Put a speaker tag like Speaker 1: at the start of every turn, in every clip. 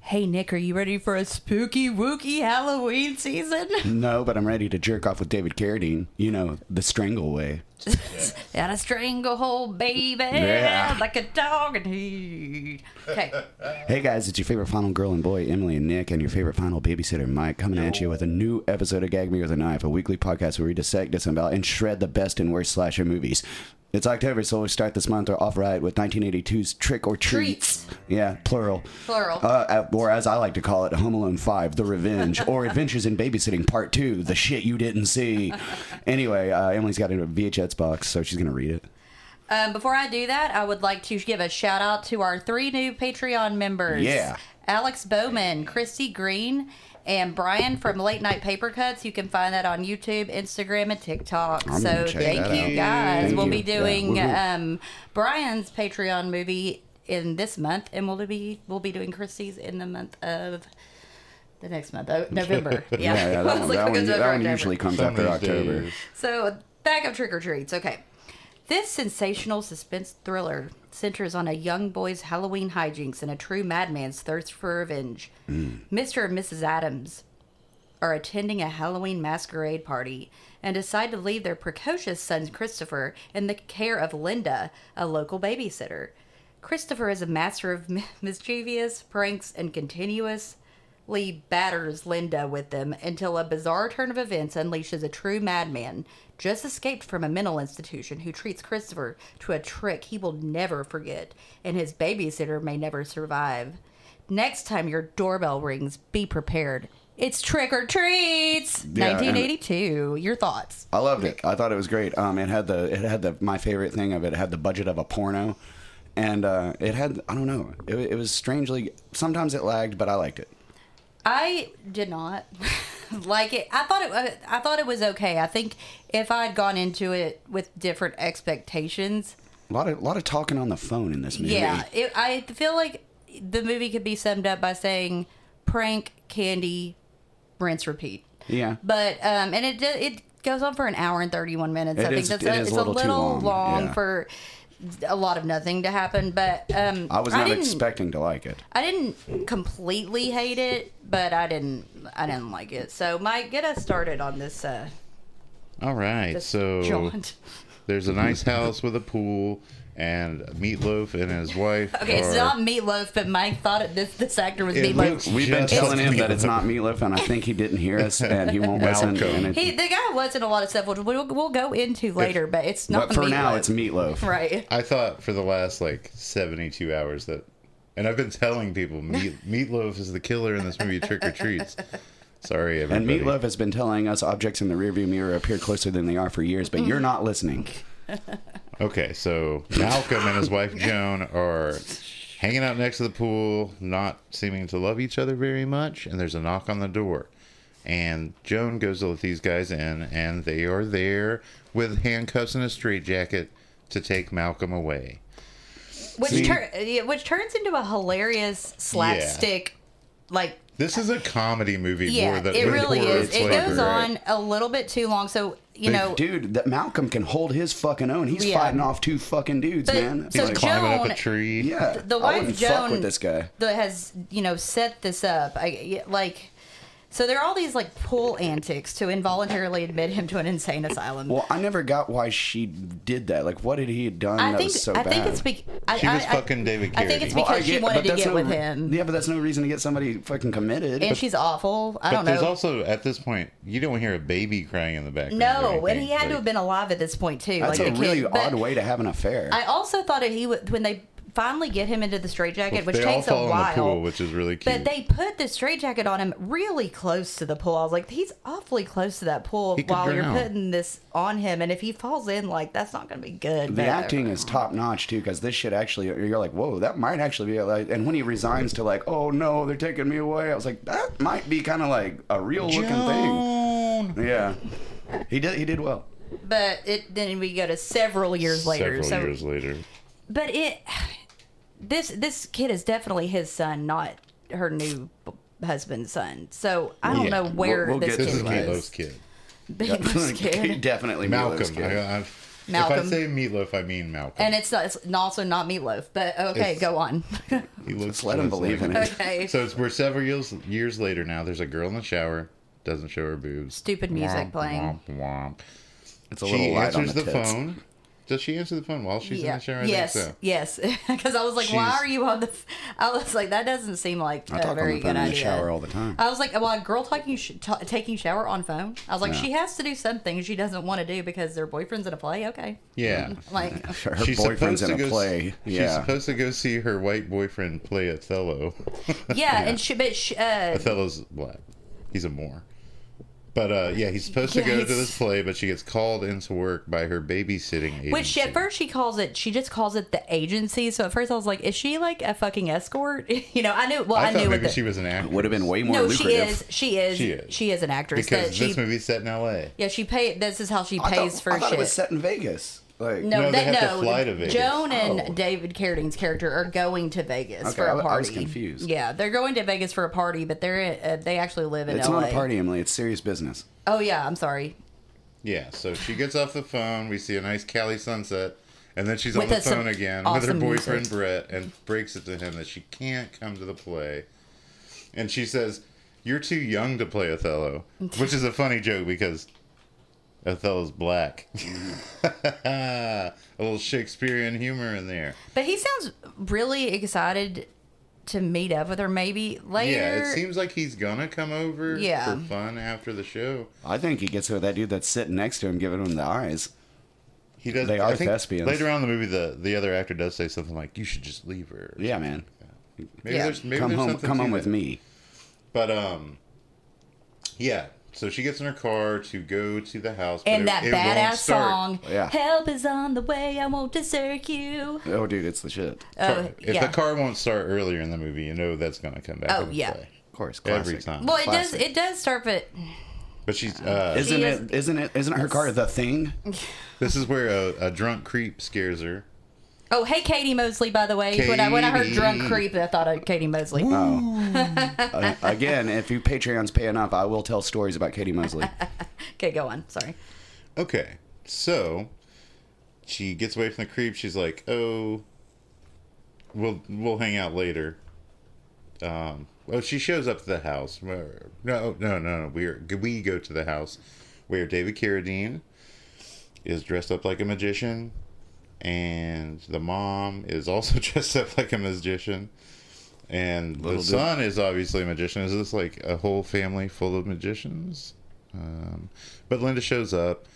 Speaker 1: Hey, Nick, are you ready for a spooky, wookie Halloween season?
Speaker 2: No, but I'm ready to jerk off with David Carradine. You know, the strangle way.
Speaker 1: Got a stranglehold, baby,
Speaker 2: Yeah.
Speaker 1: like a dog in heat. Okay,
Speaker 2: Hey guys, it's your favorite final girl and boy, Emily and Nick, and your favorite final babysitter, Mike, coming at you with a new episode of Gag Me with a Knife, a weekly podcast where we dissect, disembowel, and shred the best and worst slasher movies. It's October, so we start this month off right with 1982's Trick or Treats.
Speaker 1: Treats.
Speaker 2: Yeah, plural.
Speaker 1: Plural.
Speaker 2: Uh, or as I like to call it, Home Alone 5, The Revenge, or Adventures in Babysitting Part 2, The Shit You Didn't See. anyway, uh, Emily's got a VHS box, so she's going to read it.
Speaker 1: um, before I do that, I would like to give a shout out to our three new Patreon members.
Speaker 2: Yeah.
Speaker 1: Alex Bowman, Christy Green, and Brian from Late Night Paper Cuts. You can find that on YouTube, Instagram, and TikTok.
Speaker 2: I'm
Speaker 1: so
Speaker 2: gonna check
Speaker 1: thank
Speaker 2: that
Speaker 1: you
Speaker 2: out.
Speaker 1: guys.
Speaker 2: Thank
Speaker 1: we'll
Speaker 2: you.
Speaker 1: be
Speaker 2: Yeah,
Speaker 1: doing
Speaker 2: woo-hoo.
Speaker 1: um, Brian's Patreon movie in this month, and we'll be we'll be doing Christy's in the month of. The next month, oh, November. Yeah,
Speaker 2: Yeah, yeah,
Speaker 1: I
Speaker 2: that
Speaker 1: was
Speaker 2: one,
Speaker 1: like,
Speaker 2: that
Speaker 1: because November,
Speaker 2: one, that one
Speaker 1: October.
Speaker 2: usually comes
Speaker 3: Some
Speaker 2: after
Speaker 3: of these
Speaker 2: October.
Speaker 3: days.
Speaker 1: So, a bag of trick or treats. Okay. This sensational suspense thriller centers on a young boy's Halloween hijinks and a true madman's thirst for revenge. Mr. and Mrs. Adams are attending a Halloween masquerade party and decide to leave their precocious son Christopher in the care of Linda, a local babysitter. Christopher is a master of mischievous pranks and continuously batters Linda with them until a bizarre turn of events unleashes a true madman, just escaped from a mental institution, who treats Christopher to a trick he will never forget and his babysitter may never survive. Next time your doorbell rings, be prepared. It's trick or treats.
Speaker 2: Yeah,
Speaker 1: 1982. Your thoughts?
Speaker 2: I loved it. I thought it was great. Um, it had the it had the my favorite thing of it, it had the budget of a porno, and uh, it had I don't know. It, wa- it was strangely sometimes it lagged, but I liked it.
Speaker 1: I did not like it. I thought it. I thought it was okay. I think if I had gone into it with different expectations,
Speaker 2: A lot of lot of talking on the phone in this movie.
Speaker 1: yeah, it, I feel like the movie could be summed up by saying prank, candy, rinse, repeat.
Speaker 2: yeah.
Speaker 1: But um, and it do- it goes on for an hour and thirty one minutes.
Speaker 2: It
Speaker 1: I think
Speaker 2: is-
Speaker 1: that's
Speaker 2: it
Speaker 1: a,
Speaker 2: is
Speaker 1: it's
Speaker 2: a little too
Speaker 1: long,
Speaker 2: long, yeah.
Speaker 1: for a lot of nothing to happen. But um,
Speaker 2: I was not
Speaker 1: didn't-
Speaker 2: expecting to like it.
Speaker 1: I didn't completely hate it, but I didn't I didn't like it. So Mike, get us started on this. Uh,
Speaker 3: All right,
Speaker 1: this
Speaker 3: so
Speaker 1: jaunt.
Speaker 3: there's a nice house with a pool, and Meatloaf and his wife.
Speaker 1: Okay,
Speaker 3: are,
Speaker 1: it's not meatloaf, but Mike thought it, this this actor was
Speaker 3: It
Speaker 1: meatloaf.
Speaker 3: looks
Speaker 2: We've been
Speaker 3: just
Speaker 2: telling him
Speaker 3: like
Speaker 2: that it's
Speaker 3: Meatloaf.
Speaker 2: not meatloaf, and I think he didn't hear us, and he won't listen.
Speaker 3: Malcolm.
Speaker 2: And it,
Speaker 1: He the guy was in a lot of stuff, which we'll, we'll go into later. but it's not.
Speaker 2: but for now,
Speaker 1: Meatloaf.
Speaker 2: it's meatloaf.
Speaker 1: right.
Speaker 3: I thought for the last like 72 hours that, and I've been telling people meat, Meatloaf is the killer in this movie Trick or Treats. Sorry,
Speaker 2: And
Speaker 3: everybody.
Speaker 2: meatloaf has been telling us objects in the rearview mirror appear closer than they are for years, but
Speaker 1: Mm.
Speaker 2: you're not listening.
Speaker 3: Okay, so Malcolm and his wife Joan are hanging out next to the pool, not seeming to love each other very much, and there's a knock on the door. And Joan goes to let these guys in, and they are there with handcuffs and a straitjacket to take Malcolm away.
Speaker 1: Which
Speaker 3: See-
Speaker 1: tur- yeah, which turns into a hilarious slapstick, like
Speaker 3: This is a comedy movie
Speaker 1: yeah,
Speaker 3: more than
Speaker 1: it
Speaker 3: with
Speaker 1: really
Speaker 3: horror
Speaker 1: is. It
Speaker 3: flavor.
Speaker 1: goes on a little bit too long. So you know,
Speaker 2: dude, that Malcolm can hold his fucking own. He's
Speaker 1: Yeah.
Speaker 2: fighting off two fucking dudes,
Speaker 1: But-
Speaker 2: man.
Speaker 1: so
Speaker 3: He's
Speaker 1: Joan-
Speaker 3: climbing up a tree.
Speaker 2: Yeah,
Speaker 1: the
Speaker 2: I
Speaker 1: wife
Speaker 2: wouldn't
Speaker 1: Joan
Speaker 2: fuck with this guy.
Speaker 1: that has you know set this up. I like so there are all these like pool antics to involuntarily admit him to an insane asylum.
Speaker 2: Well, I never got why she did that. Like, what had he done
Speaker 1: I
Speaker 2: that
Speaker 1: think
Speaker 2: was so
Speaker 1: I
Speaker 2: bad?
Speaker 1: think it's because I,
Speaker 3: She was
Speaker 1: I- I-
Speaker 3: fucking David
Speaker 1: I think it's because
Speaker 3: Carradine.
Speaker 2: Well, I
Speaker 1: she
Speaker 2: get-
Speaker 1: wanted
Speaker 2: but
Speaker 1: to
Speaker 2: that's
Speaker 1: get
Speaker 2: no
Speaker 1: with
Speaker 2: re-
Speaker 1: him,
Speaker 2: Yeah, but that's no reason to get somebody fucking committed.
Speaker 1: and
Speaker 2: But-
Speaker 1: she's awful. I
Speaker 3: But
Speaker 1: don't
Speaker 3: there's
Speaker 1: know.
Speaker 3: also at this point you don't hear a baby crying in the background. or
Speaker 1: no, and
Speaker 3: anything,
Speaker 1: he had to
Speaker 3: like-
Speaker 1: have been alive at this point too.
Speaker 2: that's
Speaker 1: like
Speaker 2: a
Speaker 1: the
Speaker 2: really
Speaker 1: kid.
Speaker 2: odd
Speaker 1: But
Speaker 2: way to have an affair.
Speaker 1: I also thought that he would when they finally get him into the straitjacket, which
Speaker 3: they
Speaker 1: takes
Speaker 3: all fall
Speaker 1: a
Speaker 3: in the
Speaker 1: while.
Speaker 3: pool, which is really cute.
Speaker 1: But they put the straitjacket on him really close to the pool. I was like, he's awfully close to that pool
Speaker 3: He could
Speaker 1: while
Speaker 3: drown.
Speaker 1: you're putting this on him. And if he falls in, like, that's not going to be good.
Speaker 2: the
Speaker 1: but-
Speaker 2: acting is top notch too, because this shit actually, you're like, whoa, that might actually be. Like, and when he resigns to like, oh no, they're taking me away, I was like, that might be kind of like a real looking
Speaker 3: Joan!
Speaker 2: thing. Yeah, he did. He did well.
Speaker 1: But it then we go to several years later.
Speaker 3: Several
Speaker 1: so,
Speaker 3: years later.
Speaker 1: but it this this kid is definitely his son, not her new b- husband's son. So I don't
Speaker 3: Yeah.
Speaker 1: know where
Speaker 2: We'll- we'll
Speaker 1: this
Speaker 2: get-
Speaker 3: This
Speaker 1: kid
Speaker 3: is
Speaker 2: Kid
Speaker 1: was.
Speaker 3: Meatloaf's
Speaker 1: Meatloaf's
Speaker 3: kid.
Speaker 1: kid.
Speaker 2: Definitely Meatloaf's
Speaker 3: Malcolm.
Speaker 2: kid.
Speaker 3: I, I,
Speaker 1: Malcolm.
Speaker 3: If I say meatloaf, I mean Malcolm.
Speaker 1: and it's, it's also not meatloaf, but okay,
Speaker 3: It's-
Speaker 1: go on.
Speaker 3: He looks
Speaker 2: Just let him
Speaker 3: closely.
Speaker 2: believe in it.
Speaker 1: okay.
Speaker 3: So it's, we're several years years later now. There's a girl in the shower, doesn't show her boobs.
Speaker 1: Stupid music playing.
Speaker 3: Womp, womp.
Speaker 2: It's a
Speaker 3: She
Speaker 2: little light on
Speaker 3: answers
Speaker 2: the,
Speaker 3: the,
Speaker 2: tits.
Speaker 3: phone. Does she answer the phone while she's in
Speaker 1: yeah.
Speaker 3: the shower? I
Speaker 1: yes.
Speaker 3: think so.
Speaker 1: Yes. Because I was like, why
Speaker 3: She's-
Speaker 1: are you on the? F-? I was like, that doesn't seem like
Speaker 2: I
Speaker 1: a
Speaker 2: talk on
Speaker 1: very
Speaker 2: the phone
Speaker 1: good
Speaker 2: in the
Speaker 1: idea.
Speaker 2: shower all the time.
Speaker 1: I was like, well, a girl talking sh- t- taking shower on phone. I was like, she has to do something she doesn't want to do because their boyfriend's in a play. Okay.
Speaker 3: Yeah.
Speaker 1: Like,
Speaker 2: Mm-hmm. Her boyfriend's in a play.
Speaker 3: She's
Speaker 2: yeah.
Speaker 3: supposed to go see her white boyfriend play Othello.
Speaker 1: yeah, and she, but she, uh,
Speaker 3: Othello's black. He's a Moor. But uh, yeah, he's supposed to go
Speaker 1: Yes.
Speaker 3: to this play, but she gets called into work by her babysitting agency.
Speaker 1: Which at first she calls it, she just calls it the agency. So at first I was like, is she like a fucking escort? you know, I knew. Well,
Speaker 3: I,
Speaker 1: I,
Speaker 3: thought
Speaker 1: knew. what
Speaker 3: maybe
Speaker 1: the-
Speaker 3: she was an actress.
Speaker 2: Would have been way more
Speaker 1: no, she
Speaker 2: lucrative.
Speaker 1: is. She is.
Speaker 3: She
Speaker 1: She
Speaker 3: is.
Speaker 1: is. an actress.
Speaker 3: because
Speaker 1: that she,
Speaker 3: this movie's set in L.A.
Speaker 1: yeah, she paid. This is how she
Speaker 2: I
Speaker 1: pays
Speaker 2: thought,
Speaker 1: for
Speaker 2: I thought
Speaker 1: shit.
Speaker 2: it was set in Vegas. Like,
Speaker 1: no,
Speaker 3: No, they
Speaker 1: that,
Speaker 3: have to
Speaker 1: no.
Speaker 3: fly to Vegas.
Speaker 1: Joan and
Speaker 2: Oh.
Speaker 1: David Carradine's character are going to Vegas
Speaker 2: Okay,
Speaker 1: for
Speaker 2: I
Speaker 1: a
Speaker 2: wa-
Speaker 1: party.
Speaker 2: I was confused.
Speaker 1: Yeah, they're going to Vegas for a party, but they're uh, they actually live in
Speaker 2: It's
Speaker 1: LA.
Speaker 2: not a party, Emily. It's serious business.
Speaker 1: Oh yeah, I'm sorry.
Speaker 3: Yeah, so she gets off the phone. We see a nice Cali sunset, and then she's on
Speaker 1: With
Speaker 3: the
Speaker 1: a- some
Speaker 3: phone again with her
Speaker 1: awesome
Speaker 3: boyfriend
Speaker 1: music.
Speaker 3: Brett, and breaks it to him that she can't come to the play. And she says, "You're too young to play Othello," which is a funny joke because Othello's black. a little Shakespearean humor in there.
Speaker 1: But he sounds really excited to meet up with her maybe later.
Speaker 3: Yeah, it seems like he's gonna come over
Speaker 1: Yeah.
Speaker 3: for fun after the show.
Speaker 2: I think he gets with that dude that's sitting next to him, giving him the eyes.
Speaker 3: He does.
Speaker 2: They
Speaker 3: I
Speaker 2: are
Speaker 3: think
Speaker 2: thespians.
Speaker 3: Later on in the movie, the the other actor does say something like, "You should just leave her." or
Speaker 2: Yeah, man.
Speaker 3: Maybe
Speaker 1: Yeah.
Speaker 3: there's maybe
Speaker 2: come
Speaker 3: there's
Speaker 2: home,
Speaker 3: something
Speaker 2: come
Speaker 3: to
Speaker 2: home with
Speaker 3: that.
Speaker 2: me.
Speaker 3: But um, yeah. So she gets in her car to go to the house, but
Speaker 1: and
Speaker 3: it-
Speaker 1: that
Speaker 3: it won't
Speaker 1: badass
Speaker 3: start.
Speaker 1: song,
Speaker 2: Oh, Yeah.
Speaker 1: "Help is on the way, I won't desert you."
Speaker 2: Oh, dude, it's the shit.
Speaker 1: Oh
Speaker 3: if
Speaker 1: yeah.
Speaker 3: the car won't start earlier in the movie, you know that's going to come back.
Speaker 1: Oh,
Speaker 3: into
Speaker 1: yeah.
Speaker 3: play.
Speaker 2: Of course, classic.
Speaker 3: every time.
Speaker 1: well, it does.
Speaker 2: classic.
Speaker 1: It does start, but
Speaker 3: but she's uh,
Speaker 2: Isn't
Speaker 1: She
Speaker 2: it?
Speaker 1: is-
Speaker 2: Isn't it? Isn't her car the thing?
Speaker 3: this is where a, a drunk creep scares her.
Speaker 1: oh, hey, Katie Mosley. By the way, when I when I heard
Speaker 3: Katie.
Speaker 1: "drunk creep," I thought of Katie Mosley.
Speaker 2: Uh, Oh. again, if you Patreons pay enough, I will tell stories about Katie Mosley.
Speaker 1: Okay, go on. Sorry.
Speaker 3: Okay, so she gets away from the creep. She's like, "Oh, we'll we'll hang out later." Um, well, she shows up to the house. No, no, no, no. We are, we go to the house where David Carradine is dressed up like a magician, and the mom is also dressed up like a magician, and
Speaker 2: Little
Speaker 3: the
Speaker 2: bit.
Speaker 3: son is obviously a magician. Is this like a whole family full of magicians? Um, but Linda shows up,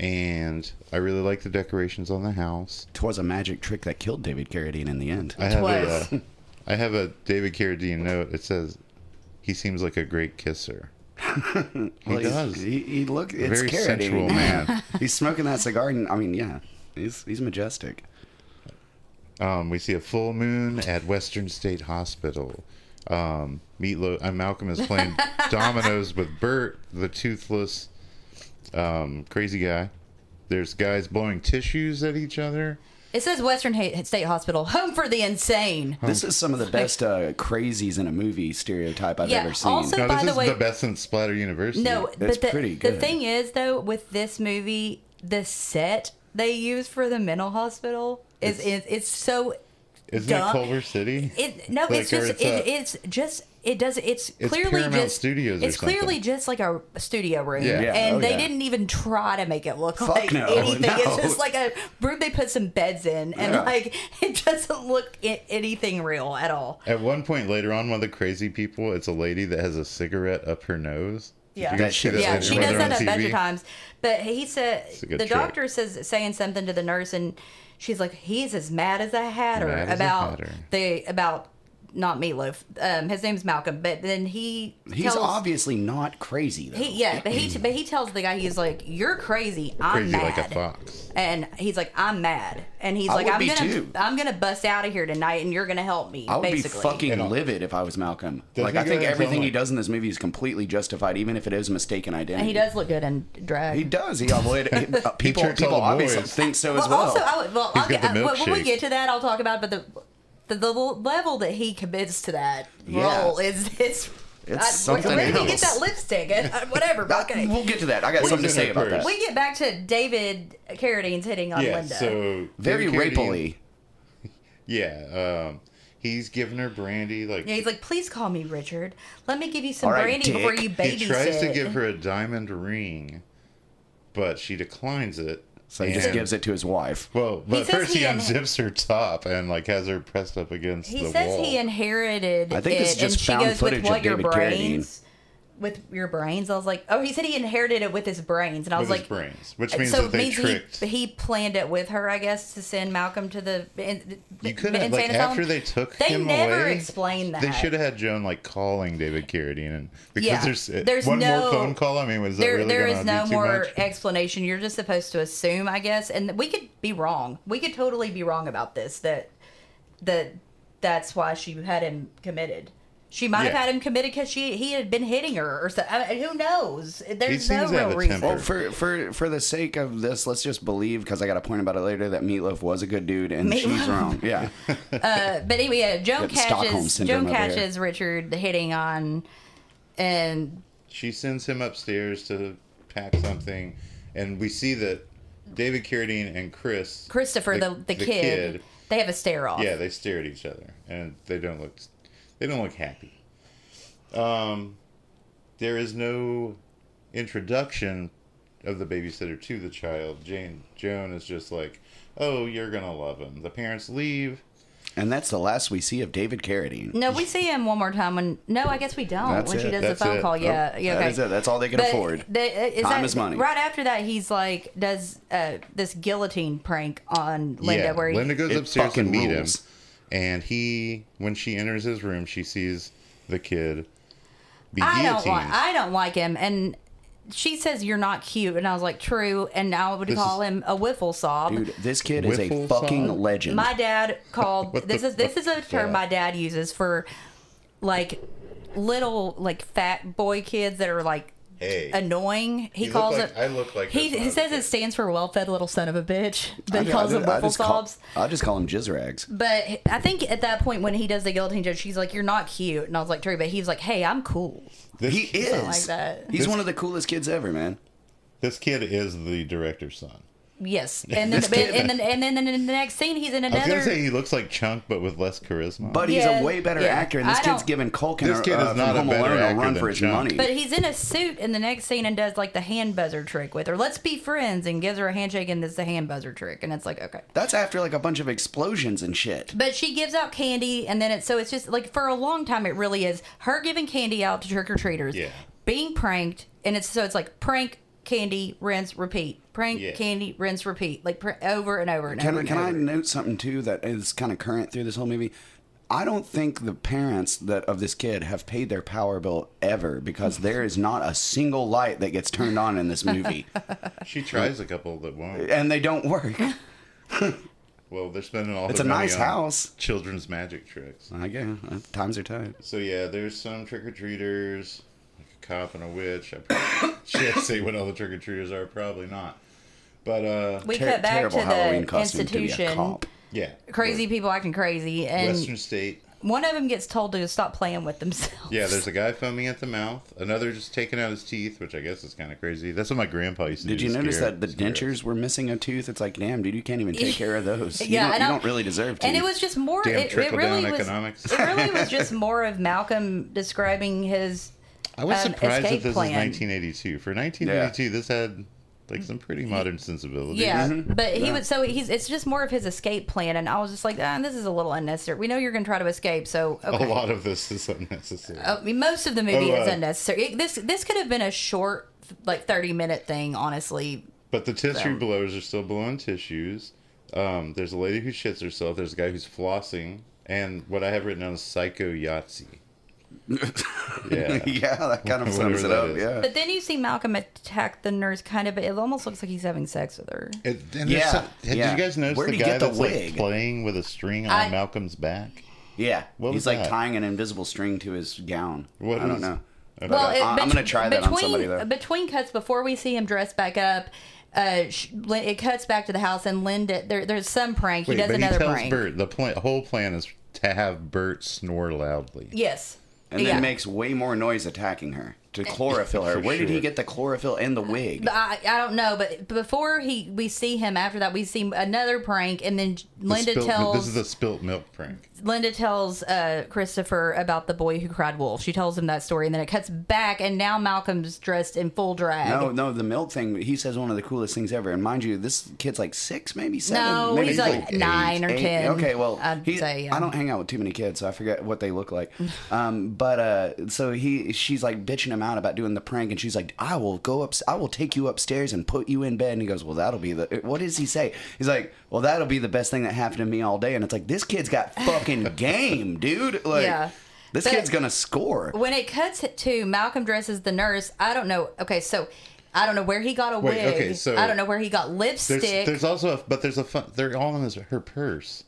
Speaker 3: and I really like the decorations on the house.
Speaker 2: Twas a magic trick that killed David Carradine in the end.
Speaker 3: I have
Speaker 1: Twas.
Speaker 3: a, uh, I have a David Carradine note. It says, "He seems like a great kisser." he
Speaker 2: Well, he's-
Speaker 3: does.
Speaker 2: He, he look. It's
Speaker 3: very
Speaker 2: Carradine.
Speaker 3: sensual man.
Speaker 2: he's smoking that cigar, and I mean, yeah, he's he's majestic.
Speaker 3: Um, we see a full moon at Western State Hospital. Um, Meatloaf, uh, Malcolm is playing dominoes with Bert, the toothless, um, crazy guy. There's guys blowing tissues at each other.
Speaker 1: It says Western Ha- State Hospital, home for the insane.
Speaker 3: Um,
Speaker 2: This is some of the best uh, crazies in a movie stereotype I've
Speaker 1: Yeah,
Speaker 2: ever seen.
Speaker 1: also-
Speaker 3: No,
Speaker 1: By
Speaker 3: this
Speaker 1: the
Speaker 3: is
Speaker 1: way-
Speaker 3: the best in Splatter University.
Speaker 1: No,
Speaker 2: That's
Speaker 1: but the,
Speaker 2: pretty
Speaker 1: the
Speaker 2: good.
Speaker 1: thing is though, with this movie, the set they use for the mental hospital is it's, it's so
Speaker 3: isn't
Speaker 1: dumb.
Speaker 3: it Culver City?
Speaker 1: it no,
Speaker 3: Like,
Speaker 1: it's
Speaker 3: or
Speaker 1: just
Speaker 3: it's
Speaker 1: it's,
Speaker 3: a-
Speaker 1: it's just it does it's, clearly
Speaker 3: Paramount
Speaker 1: just
Speaker 3: Studios or
Speaker 1: it's clearly
Speaker 3: something.
Speaker 1: just like a studio room,
Speaker 3: Yeah. Yeah,
Speaker 1: and
Speaker 2: oh
Speaker 1: they
Speaker 2: yeah.
Speaker 1: didn't even try to make it look
Speaker 2: Fuck
Speaker 1: like
Speaker 2: no,
Speaker 1: anything. It's
Speaker 2: no.
Speaker 1: just like a room they put some beds in, and
Speaker 2: Yeah.
Speaker 1: like it doesn't look i anything real at all.
Speaker 3: At one point later on, one of the crazy people, it's a lady that has a cigarette up her nose.
Speaker 1: Yeah.
Speaker 3: You
Speaker 1: That
Speaker 3: can see
Speaker 2: shit is
Speaker 1: Yeah,
Speaker 3: later
Speaker 1: she
Speaker 3: on
Speaker 1: does
Speaker 3: on
Speaker 1: that a
Speaker 3: TV.
Speaker 1: bunch of times. But he said
Speaker 3: a good
Speaker 1: the
Speaker 3: trick.
Speaker 1: doctor says saying something to the nurse, and she's like, "He's as mad as a hatter
Speaker 3: Mad as a
Speaker 1: about
Speaker 3: hatter.
Speaker 1: the about not meatloaf. Um, his name's Malcolm, but then he
Speaker 2: he's
Speaker 1: tells,
Speaker 2: obviously not crazy though.
Speaker 1: He, yeah, but he but he tells the guy he's like, "You're crazy. I'm
Speaker 3: Mm-hmm. Crazy
Speaker 1: mad."
Speaker 3: like a fox.
Speaker 1: And he's like, "I'm mad," and he's
Speaker 2: I
Speaker 1: like,
Speaker 2: would
Speaker 1: "I'm
Speaker 2: be
Speaker 1: gonna
Speaker 2: too.
Speaker 1: I'm gonna bust out of here tonight, and you're gonna help me."
Speaker 2: I would
Speaker 1: basically.
Speaker 2: be fucking
Speaker 3: And I'll-
Speaker 2: livid if I was Malcolm.
Speaker 3: Doesn't
Speaker 2: Like
Speaker 3: he
Speaker 2: I
Speaker 3: go
Speaker 2: think
Speaker 3: ahead and tell
Speaker 2: everything
Speaker 3: him,
Speaker 2: he
Speaker 3: like-
Speaker 2: does in this movie is completely justified, even if it is a mistaken identity.
Speaker 1: And he does look good in drag.
Speaker 2: He does. He avoid uh, people.
Speaker 3: tricks
Speaker 2: people
Speaker 3: all the
Speaker 2: obviously
Speaker 3: boys.
Speaker 2: think so as well.
Speaker 1: well, also, I would, well,
Speaker 3: He's
Speaker 1: I'll
Speaker 3: got
Speaker 1: get,
Speaker 3: the
Speaker 1: I- well, when we
Speaker 3: milkshake.
Speaker 1: get to that, I'll talk about. But the the, the level that he commits to that
Speaker 2: Yeah.
Speaker 1: role is it's I,
Speaker 2: It's
Speaker 1: where-
Speaker 2: something
Speaker 1: where did
Speaker 2: else.
Speaker 1: he get that lipstick? And, uh, whatever. but
Speaker 2: Uh,
Speaker 1: Okay.
Speaker 2: We'll get to that. I got
Speaker 3: What
Speaker 2: something to
Speaker 3: is
Speaker 2: say
Speaker 3: it
Speaker 2: about that.
Speaker 3: first?
Speaker 1: We get back to David Carradine's hitting on
Speaker 3: Yeah,
Speaker 1: Linda.
Speaker 3: so
Speaker 2: Very
Speaker 3: David Carradine-
Speaker 2: rapily.
Speaker 3: Yeah, um, he's giving her brandy. Like
Speaker 1: yeah, he's like, please call me Richard. Let me give you some
Speaker 2: All right,
Speaker 1: brandy before
Speaker 2: dick."
Speaker 1: you
Speaker 3: he
Speaker 1: babysit.
Speaker 3: tries to give her a diamond ring, but she declines it.
Speaker 2: So he just
Speaker 3: and-
Speaker 2: gives it to his wife.
Speaker 3: Well, but
Speaker 1: says
Speaker 3: first he,
Speaker 1: he in-
Speaker 3: unzips her top and like has her pressed up against
Speaker 1: He
Speaker 3: the
Speaker 1: says
Speaker 3: wall.
Speaker 1: he inherited.
Speaker 2: I think this
Speaker 1: it,
Speaker 2: is just
Speaker 1: and she
Speaker 2: found
Speaker 1: goes
Speaker 2: footage
Speaker 1: with
Speaker 2: of
Speaker 1: what your
Speaker 2: David Carradine.
Speaker 1: brains. With your brains, I was like, oh, he said he inherited it with his brains, and I was like,
Speaker 3: with his brains, which means
Speaker 1: Uh, so
Speaker 3: that
Speaker 1: it
Speaker 3: they
Speaker 1: means
Speaker 3: tricked.
Speaker 1: he, he planned it with her, I guess, to send Malcolm to the in,
Speaker 3: you could
Speaker 1: insane
Speaker 3: have like
Speaker 1: asylum.
Speaker 3: after they took
Speaker 1: They
Speaker 3: him
Speaker 1: never
Speaker 3: away.
Speaker 1: explained that.
Speaker 3: They should have had Joan like calling David Carradine and because
Speaker 1: Yeah,
Speaker 3: there's, uh,
Speaker 1: there's
Speaker 3: one
Speaker 1: no-
Speaker 3: more phone call. I mean, was that
Speaker 1: There,
Speaker 3: really
Speaker 1: there
Speaker 3: going
Speaker 1: is
Speaker 3: to
Speaker 1: no
Speaker 3: be too
Speaker 1: more
Speaker 3: much?
Speaker 1: explanation. You're just supposed to assume, I guess, and we could be wrong. We could totally be wrong about this. That that that's why she had him committed. She might have
Speaker 3: Yeah.
Speaker 1: had him committed because she he had been hitting her or so. I mean, who knows? There's no
Speaker 3: seems to have
Speaker 1: real
Speaker 3: a
Speaker 1: reason.
Speaker 3: temper.
Speaker 2: Well, for for for the sake of this, let's just believe because I got a point about it later that Meatloaf was a good dude and she's
Speaker 1: Meatloaf.
Speaker 2: wrong. Yeah,
Speaker 1: Uh, but anyway, yeah, Joan
Speaker 2: Got the Stockholm
Speaker 1: catches
Speaker 2: syndrome
Speaker 1: Joan
Speaker 2: over here.
Speaker 1: catches Richard hitting on, and
Speaker 3: She sends him upstairs to pack something, and we see that David Carradine and Chris
Speaker 1: Christopher, the, the, kid, they have a stare off.
Speaker 3: Yeah, they stare at each other, and they don't look. They don't look happy. Um, there is no introduction of the babysitter to the child. Jane Joan is just like, "Oh, you're gonna love him." The parents leave.
Speaker 2: and that's the last we see of David Carradine.
Speaker 1: No, we see him one more time when. No, I guess we don't.
Speaker 2: That's
Speaker 1: when
Speaker 2: it,
Speaker 1: she does the
Speaker 3: that's
Speaker 1: phone
Speaker 3: it.
Speaker 1: call, yeah,
Speaker 2: Nope.
Speaker 1: yeah.
Speaker 2: That
Speaker 1: Okay.
Speaker 2: is it. That's all they can
Speaker 1: But
Speaker 2: afford.
Speaker 1: the- uh, is
Speaker 2: Time
Speaker 1: that-
Speaker 2: is money.
Speaker 1: Right after that, he's like does uh, this guillotine prank on Linda,
Speaker 3: yeah,
Speaker 1: where he,
Speaker 3: Linda goes
Speaker 2: It
Speaker 3: upstairs to
Speaker 2: fucking
Speaker 3: meet
Speaker 2: rules.
Speaker 3: him, and he, when she enters his room, she sees the kid be
Speaker 1: I don't
Speaker 3: guillotined.
Speaker 1: like I don't like him, and she says you're not cute, and I was like true, and I would
Speaker 3: This
Speaker 1: call
Speaker 3: is-
Speaker 1: him a wiffle sob.
Speaker 2: Dude, this kid is a
Speaker 3: Whiffle
Speaker 2: fucking
Speaker 3: song?
Speaker 2: legend.
Speaker 1: My dad called.
Speaker 3: What
Speaker 1: this
Speaker 3: the
Speaker 1: is this is a
Speaker 3: fuck?
Speaker 1: term
Speaker 3: Yeah.
Speaker 1: my dad uses for like little like fat boy kids that are like
Speaker 3: Hey.
Speaker 1: annoying. He
Speaker 3: You look
Speaker 1: calls
Speaker 3: like-
Speaker 1: it.
Speaker 3: I look like
Speaker 1: he,
Speaker 3: this when I
Speaker 1: he
Speaker 3: was a
Speaker 1: says
Speaker 3: kid.
Speaker 1: it stands for well fed little son of a bitch.
Speaker 2: I
Speaker 1: But he
Speaker 2: ju-
Speaker 1: calls
Speaker 2: I
Speaker 1: them
Speaker 2: ju- I
Speaker 1: waffle
Speaker 2: just call-
Speaker 1: sobs.
Speaker 2: I just call him jizz rags.
Speaker 1: But I think at that point when he does the guillotine joke, she's like, "You're not cute," and I was like, "True," but he's like, "Hey, I'm cool."
Speaker 3: This,
Speaker 2: He is
Speaker 1: like that.
Speaker 2: He's one of the coolest kids ever, man.
Speaker 3: this kid is the director's son.
Speaker 1: Yes, and then
Speaker 2: kid-
Speaker 1: and then and then in the next scene he's in
Speaker 3: I was
Speaker 1: another.
Speaker 3: gonna say he looks like Chunk, but with less charisma.
Speaker 2: But he's
Speaker 1: Yeah,
Speaker 2: a way better
Speaker 1: yeah.
Speaker 2: actor, and this
Speaker 1: I
Speaker 2: kid's
Speaker 1: don't-
Speaker 2: giving Culkin
Speaker 3: This
Speaker 2: or,
Speaker 3: kid
Speaker 2: uh,
Speaker 3: is
Speaker 2: from
Speaker 3: not a
Speaker 2: Home
Speaker 3: better
Speaker 2: Alone a
Speaker 3: actor
Speaker 2: run
Speaker 3: than
Speaker 2: for his
Speaker 3: Chuck.
Speaker 2: money.
Speaker 1: But he's in a suit in the next scene and does like the hand buzzer trick with her. Let's be friends and gives her a handshake and does the hand buzzer trick. And it's like, okay.
Speaker 2: That's after like a bunch of explosions and shit.
Speaker 1: But she gives out candy and then it's so it's just like for a long time it really is her giving candy out to trick or treaters.
Speaker 3: Yeah.
Speaker 1: Being pranked and it's so it's like prank candy rinse repeat prank
Speaker 3: Yeah.
Speaker 1: candy rinse repeat like pr- over and over and
Speaker 2: Can
Speaker 1: over.
Speaker 2: I,
Speaker 1: and
Speaker 2: can I
Speaker 1: over.
Speaker 2: note something too that is kind of current through this whole movie? I don't think the parents that of this kid have paid their power bill ever because there is not a single light that gets turned on in this movie,
Speaker 3: she tries a couple that won't.
Speaker 2: and they don't work.
Speaker 3: Well, they're spending all.
Speaker 2: It's
Speaker 3: their
Speaker 2: a
Speaker 3: money
Speaker 2: nice
Speaker 3: on
Speaker 2: house.
Speaker 3: Children's magic tricks.
Speaker 2: I guess uh, times are tight.
Speaker 3: So yeah, there's some trick or treaters, like a cop and a witch. I probably should say what all the trick or treaters are. Probably not. But uh,
Speaker 1: we
Speaker 2: Ter-
Speaker 1: cut back to
Speaker 2: terrible Halloween
Speaker 1: the
Speaker 2: costume to be a
Speaker 1: institution.
Speaker 2: cop.
Speaker 3: yeah,
Speaker 1: Crazy people acting crazy, and
Speaker 3: Western state.
Speaker 1: one of them gets told to stop playing with themselves.
Speaker 3: Yeah, there's a guy foaming at the mouth. Another just taking out his teeth, which I guess is kind of crazy. That's what my grandpa used to
Speaker 2: Did
Speaker 3: do.
Speaker 2: you
Speaker 3: to
Speaker 2: notice
Speaker 3: scare-
Speaker 2: that the
Speaker 3: scare us.
Speaker 2: dentures were missing a tooth? It's like, damn, dude, you can't even take care of those.
Speaker 1: Yeah,
Speaker 2: you don't,
Speaker 1: and
Speaker 2: you
Speaker 1: I-
Speaker 2: don't really deserve to.
Speaker 1: and it was just more
Speaker 3: Damn
Speaker 1: it, it
Speaker 3: trickle
Speaker 1: really
Speaker 3: down
Speaker 1: was
Speaker 3: economics.
Speaker 1: it really was just more of malcolm describing his
Speaker 3: I was
Speaker 1: um,
Speaker 3: surprised that
Speaker 1: escape
Speaker 3: this
Speaker 1: plan.
Speaker 3: is 1982. For 1982, this had like some pretty modern sensibilities.
Speaker 1: yeah but he
Speaker 2: Yeah.
Speaker 1: would so he's it's just more of his escape plan and i was just like ah, this is a little unnecessary we know you're gonna try to escape so
Speaker 3: A
Speaker 1: okay.
Speaker 3: lot of this is unnecessary.
Speaker 1: I mean, most of the movie
Speaker 3: Oh,
Speaker 1: is
Speaker 3: uh,
Speaker 1: unnecessary It- this this could have been a short like 30 minute thing honestly
Speaker 3: But the tissue
Speaker 1: So-
Speaker 3: blowers are still blowing tissues. Um, there's a lady who shits herself. There's a guy who's flossing, and what I have written down is psycho Yahtzee. yeah,
Speaker 2: yeah, that kind of
Speaker 3: Whatever
Speaker 2: sums it
Speaker 3: that
Speaker 2: up.
Speaker 3: is.
Speaker 2: Yeah.
Speaker 1: but then you see malcolm attack the nurse kind of but it almost looks like he's having sex with her
Speaker 3: And- and there's
Speaker 2: Yeah,
Speaker 3: some- did
Speaker 2: yeah.
Speaker 3: you guys notice
Speaker 2: Where'd
Speaker 3: the
Speaker 2: he
Speaker 3: guy
Speaker 2: get the
Speaker 3: that's
Speaker 2: wig?
Speaker 3: like playing with a string on
Speaker 1: I-
Speaker 3: Malcolm's back?
Speaker 2: Yeah,
Speaker 3: What
Speaker 2: he's
Speaker 3: was
Speaker 2: like
Speaker 3: that?
Speaker 2: tying an invisible string to his gown.
Speaker 3: What
Speaker 2: I don't
Speaker 3: is-
Speaker 2: know.
Speaker 3: Okay.
Speaker 1: Well,
Speaker 2: uh, I-
Speaker 1: it-
Speaker 2: I'm
Speaker 1: bet-
Speaker 2: gonna try that on
Speaker 1: between,
Speaker 2: somebody, though.
Speaker 1: Between cuts, before we see him dress back up, uh, sh- Lin- it cuts back to the house, and Linda. There, there's some prank. he does
Speaker 3: but
Speaker 1: another
Speaker 3: he tells
Speaker 1: prank.
Speaker 3: Bert the plan. The whole plan is to have Bert snore loudly.
Speaker 1: Yes,
Speaker 2: and then
Speaker 1: Yeah.
Speaker 2: makes way more noise attacking her to chlorophyll her.
Speaker 3: For
Speaker 2: Where did he
Speaker 3: sure.
Speaker 2: get the chlorophyll and the wig?
Speaker 1: But I, I don't know, but before he we see him after that we see another prank, and then
Speaker 3: The
Speaker 1: Linda
Speaker 3: spilt-
Speaker 1: tells
Speaker 3: This is the spilt milk prank.
Speaker 1: Linda tells uh, Christopher about the boy who cried wolf. She tells him that story, and then it cuts back, and now Malcolm's dressed in full drag.
Speaker 2: No, no, the milk thing. He says one of the coolest things ever. And mind you, this kid's like six, maybe seven.
Speaker 1: No,
Speaker 2: maybe
Speaker 1: he's
Speaker 3: he's
Speaker 1: like
Speaker 3: like
Speaker 1: nine or
Speaker 2: eight.
Speaker 1: ten.
Speaker 2: Okay, well,
Speaker 1: I'd
Speaker 2: he-
Speaker 1: say um, yeah.
Speaker 2: I don't hang out with too many kids, so I forget what they look like. um, but uh, so he, she's like bitching him out about doing the prank, and she's like, "I will go up, I will take you upstairs and put you in bed." And he goes, "Well, that'll be the." What does he say? He's like, "Well, that'll be the best thing that happened to me all day." And it's like this kid's got fucking game, dude. Like,
Speaker 1: Yeah.
Speaker 2: this
Speaker 1: But-
Speaker 2: kid's gonna score.
Speaker 1: When it cuts to Malcolm dresses the nurse, I don't know. Okay, so I don't know where he got a
Speaker 3: Wait,
Speaker 1: wig.
Speaker 3: okay, so
Speaker 1: I don't know where he got
Speaker 3: There's,
Speaker 1: lipstick.
Speaker 3: there's also a, but there's a fun. They're all in his, her purse.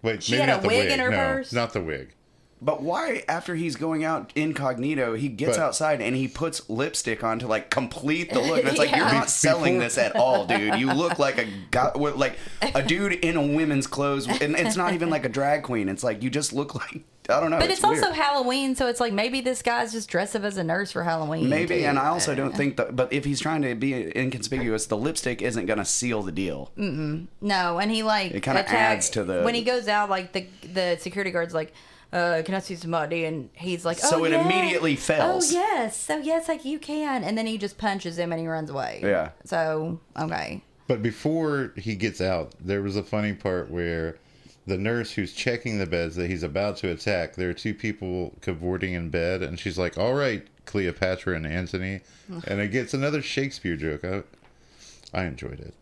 Speaker 3: Wait,
Speaker 1: She
Speaker 3: maybe
Speaker 1: had a
Speaker 3: not the
Speaker 1: wig
Speaker 3: wig.
Speaker 1: in her
Speaker 3: no,
Speaker 1: purse?
Speaker 3: not the wig.
Speaker 2: But why, after he's going out incognito, he gets
Speaker 3: But-
Speaker 2: outside and he puts lipstick on to like complete the look? And it's like
Speaker 1: Yeah.
Speaker 2: you're
Speaker 1: Be-
Speaker 2: not selling
Speaker 3: before-
Speaker 2: this at all, dude. You look like a guy, well, like a dude in a women's clothes, and it's not even like a drag queen. It's like you just look like I don't know.
Speaker 1: but it's,
Speaker 2: weird.
Speaker 1: also Halloween, so it's like maybe this guy's just dressed up as a nurse for Halloween.
Speaker 2: maybe,
Speaker 1: too.
Speaker 2: and I also don't think that. But if he's trying to be inconspicuous, the lipstick isn't going to seal the deal.
Speaker 1: Mm. No, and he like
Speaker 2: It kinda
Speaker 1: attack-
Speaker 2: adds to the-
Speaker 1: when he goes out. Like the the security guard's like, uh, "Can I see somebody?" And he's like, "Oh,
Speaker 2: So it
Speaker 1: yeah.
Speaker 2: immediately fails.
Speaker 1: Oh yes, so yes, like you can. And then he just punches him and he runs away.
Speaker 2: Yeah.
Speaker 1: So okay,
Speaker 3: But before he gets out, there was a funny part where the nurse who's checking the beds that he's about to attack, there are two people cavorting in bed, and she's like, All right, Cleopatra and Antony. And it gets another Shakespeare joke. I, I enjoyed it.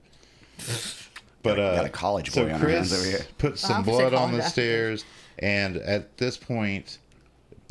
Speaker 3: But uh,
Speaker 2: got a college
Speaker 3: so
Speaker 2: boy on our
Speaker 3: Chris
Speaker 2: hands over here.
Speaker 3: Put some
Speaker 1: Obviously
Speaker 3: blood on
Speaker 1: college
Speaker 3: the
Speaker 1: after.
Speaker 3: stairs, and at this point,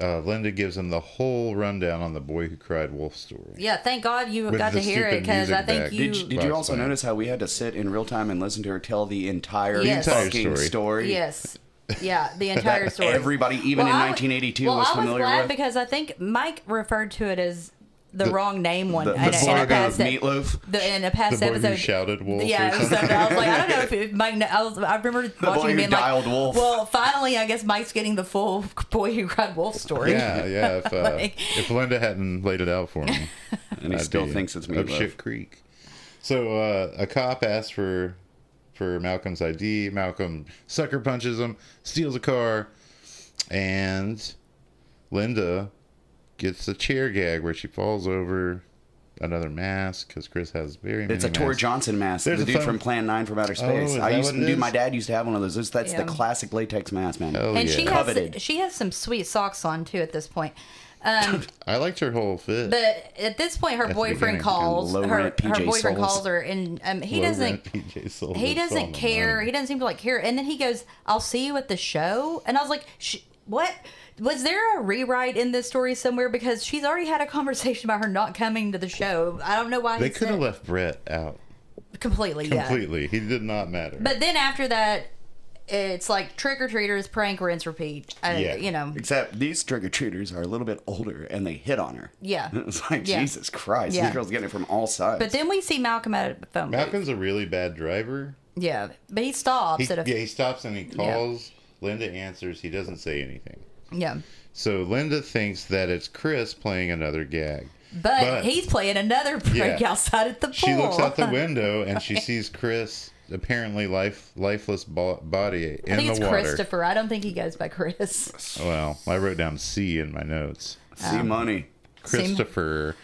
Speaker 3: uh, Linda gives him the whole rundown on the boy who cried wolf story.
Speaker 1: yeah. Thank God you
Speaker 3: With
Speaker 1: got to
Speaker 3: the
Speaker 1: hear it
Speaker 3: stupid
Speaker 1: because I
Speaker 3: music
Speaker 1: think
Speaker 3: back.
Speaker 1: you.
Speaker 2: Did, did you
Speaker 3: Box
Speaker 2: also
Speaker 3: fan.
Speaker 2: notice how we had to sit in real time and listen to her tell the entire
Speaker 1: Yes. The entire
Speaker 2: fucking
Speaker 3: story.
Speaker 2: story?
Speaker 1: Yes. Yeah, the entire story.
Speaker 2: everybody, even in
Speaker 1: I w-
Speaker 2: 1982,
Speaker 1: well,
Speaker 2: was
Speaker 1: I was
Speaker 2: familiar
Speaker 1: glad
Speaker 2: with.
Speaker 1: because I think Mike referred to it as the, wrong name one
Speaker 2: The,
Speaker 1: in,
Speaker 2: the
Speaker 1: a, in a
Speaker 2: saga of
Speaker 1: past e-
Speaker 2: meatloaf.
Speaker 1: the, in a
Speaker 3: The
Speaker 1: past
Speaker 3: boy
Speaker 1: episode.
Speaker 3: who shouted wolf.
Speaker 1: yeah,
Speaker 3: or
Speaker 1: it was so
Speaker 3: something.
Speaker 1: bad. I was like, I don't know if it, Mike. kn- I, was, I remember watching
Speaker 2: boy
Speaker 1: it
Speaker 2: who
Speaker 1: being
Speaker 2: dialed
Speaker 1: like,
Speaker 2: wolf.
Speaker 1: Well, finally, I guess Mike's getting the full boy who cried wolf story.
Speaker 3: Yeah, yeah. If, uh,
Speaker 1: Like-
Speaker 3: if Linda hadn't laid it out for me,
Speaker 2: And he
Speaker 3: I'd
Speaker 2: still
Speaker 3: be
Speaker 2: thinks it's
Speaker 3: up
Speaker 2: meatloaf.
Speaker 3: Oh, shit creek. So uh, a cop asks for for Malcolm's ID. Malcolm sucker punches him, steals a car, and Linda gets a chair gag where she falls over another mask because Chris has very. Many
Speaker 2: It's a Tor
Speaker 3: masks.
Speaker 2: Johnson mask.
Speaker 3: There's
Speaker 2: the
Speaker 3: a
Speaker 2: dude
Speaker 3: phone-
Speaker 2: from Plan 9 from Outer
Speaker 3: is
Speaker 2: Space. I
Speaker 3: that
Speaker 2: used
Speaker 3: what
Speaker 2: to,
Speaker 3: it
Speaker 2: dude,
Speaker 3: is?
Speaker 2: my dad used to have one of those. That's, that's
Speaker 1: Yeah.
Speaker 2: the classic latex mask, man.
Speaker 3: Oh,
Speaker 1: and
Speaker 3: yeah.
Speaker 1: she
Speaker 2: Coveted.
Speaker 1: has she has some sweet socks on too at this point. Um,
Speaker 3: I liked her whole fit.
Speaker 1: but at this point, her
Speaker 3: the
Speaker 1: boyfriend
Speaker 3: beginning,
Speaker 1: calls
Speaker 2: low
Speaker 1: her. Her
Speaker 2: rent PJ
Speaker 1: boyfriend
Speaker 2: Souls.
Speaker 1: calls her, and um, he
Speaker 3: Low
Speaker 1: doesn't.
Speaker 3: rent PJ sold
Speaker 1: He
Speaker 3: it, sold
Speaker 1: doesn't
Speaker 3: the
Speaker 1: care.
Speaker 3: money.
Speaker 1: He doesn't seem to like care. And then he goes, "I'll see you at the show." And I was like, Sh- "What? Was there a rewrite in this story somewhere? Because she's already had a conversation about her not coming to the show. I don't know why
Speaker 3: They
Speaker 1: he
Speaker 3: could have
Speaker 1: said-
Speaker 3: left Brett out
Speaker 1: completely, yeah.
Speaker 3: completely. He did not matter.
Speaker 1: But then after that, it's like trick or treaters, prank, rinse, repeat. Uh,
Speaker 3: Yeah.
Speaker 1: You know,
Speaker 2: Except these trick or treaters are a little bit older and they hit on her.
Speaker 1: Yeah.
Speaker 2: It's like,
Speaker 1: Yeah.
Speaker 2: Jesus Christ.
Speaker 1: Yeah.
Speaker 2: This girl's getting it from all sides.
Speaker 1: but then we see Malcolm at a phone. booth.
Speaker 3: Malcolm's a really bad driver.
Speaker 1: Yeah, but he stops
Speaker 3: He,
Speaker 1: at a
Speaker 3: yeah, he stops and he calls. Linda answers. He doesn't say anything.
Speaker 1: yeah.
Speaker 3: So Linda thinks that it's Chris playing another gag.
Speaker 1: But, he's playing another prank
Speaker 3: Yeah.
Speaker 1: outside at the pool.
Speaker 3: She looks out the window and she sees Chris apparently life lifeless bo- body in
Speaker 1: I think
Speaker 3: the
Speaker 1: it's
Speaker 3: water.
Speaker 1: Christopher. I don't think he goes by Chris.
Speaker 3: Well, I wrote down C in my notes.
Speaker 2: See
Speaker 1: Oh.
Speaker 2: money.
Speaker 3: Christopher.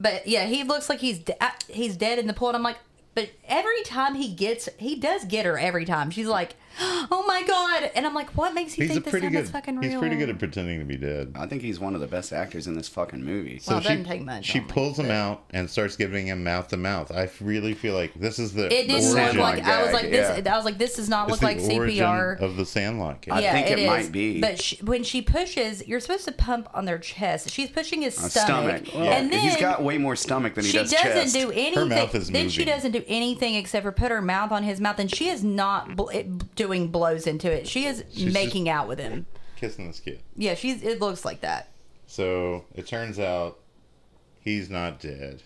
Speaker 1: But yeah, he looks like he's de- I- he's dead in the pool, and I'm like, but every time he gets, he does get her every time. She's like, oh my god, and I'm like, what makes you
Speaker 3: He's a
Speaker 1: think this
Speaker 3: pretty
Speaker 1: time
Speaker 3: good.
Speaker 1: is fucking real? Oh,
Speaker 3: He's pretty good at pretending to be dead.
Speaker 2: I think he's one of the best actors in this fucking movie.
Speaker 1: Well, it doesn't take much, I
Speaker 3: She
Speaker 1: don't
Speaker 3: pulls him out and starts giving him mouth to mouth. I really feel like this is the
Speaker 1: It
Speaker 3: the
Speaker 1: didn't look
Speaker 3: origin.
Speaker 1: like. I was
Speaker 2: gag,
Speaker 1: like this.
Speaker 2: yeah.
Speaker 1: I was like, this does not
Speaker 3: It's
Speaker 1: look like
Speaker 3: the origin
Speaker 1: CPR.
Speaker 3: of the Sandlot case.
Speaker 2: I
Speaker 1: yeah,
Speaker 2: think it
Speaker 1: is.
Speaker 2: might be.
Speaker 1: But she, when she pushes, you're supposed to pump on their chest. She's pushing his stomach,
Speaker 2: Stomach. Well,
Speaker 1: and then
Speaker 2: he's got way more stomach than he
Speaker 1: she
Speaker 2: does
Speaker 1: doesn't
Speaker 2: chest.
Speaker 1: do anything.
Speaker 3: mouth is
Speaker 1: then she
Speaker 3: moving.
Speaker 1: doesn't do anything except for put her mouth on his mouth, and she is not bl- it- doing blows into it. She is
Speaker 3: just-
Speaker 1: making out with him.
Speaker 3: kissing this kid.
Speaker 1: Yeah, she's. It looks like that.
Speaker 3: So it turns out he's not dead.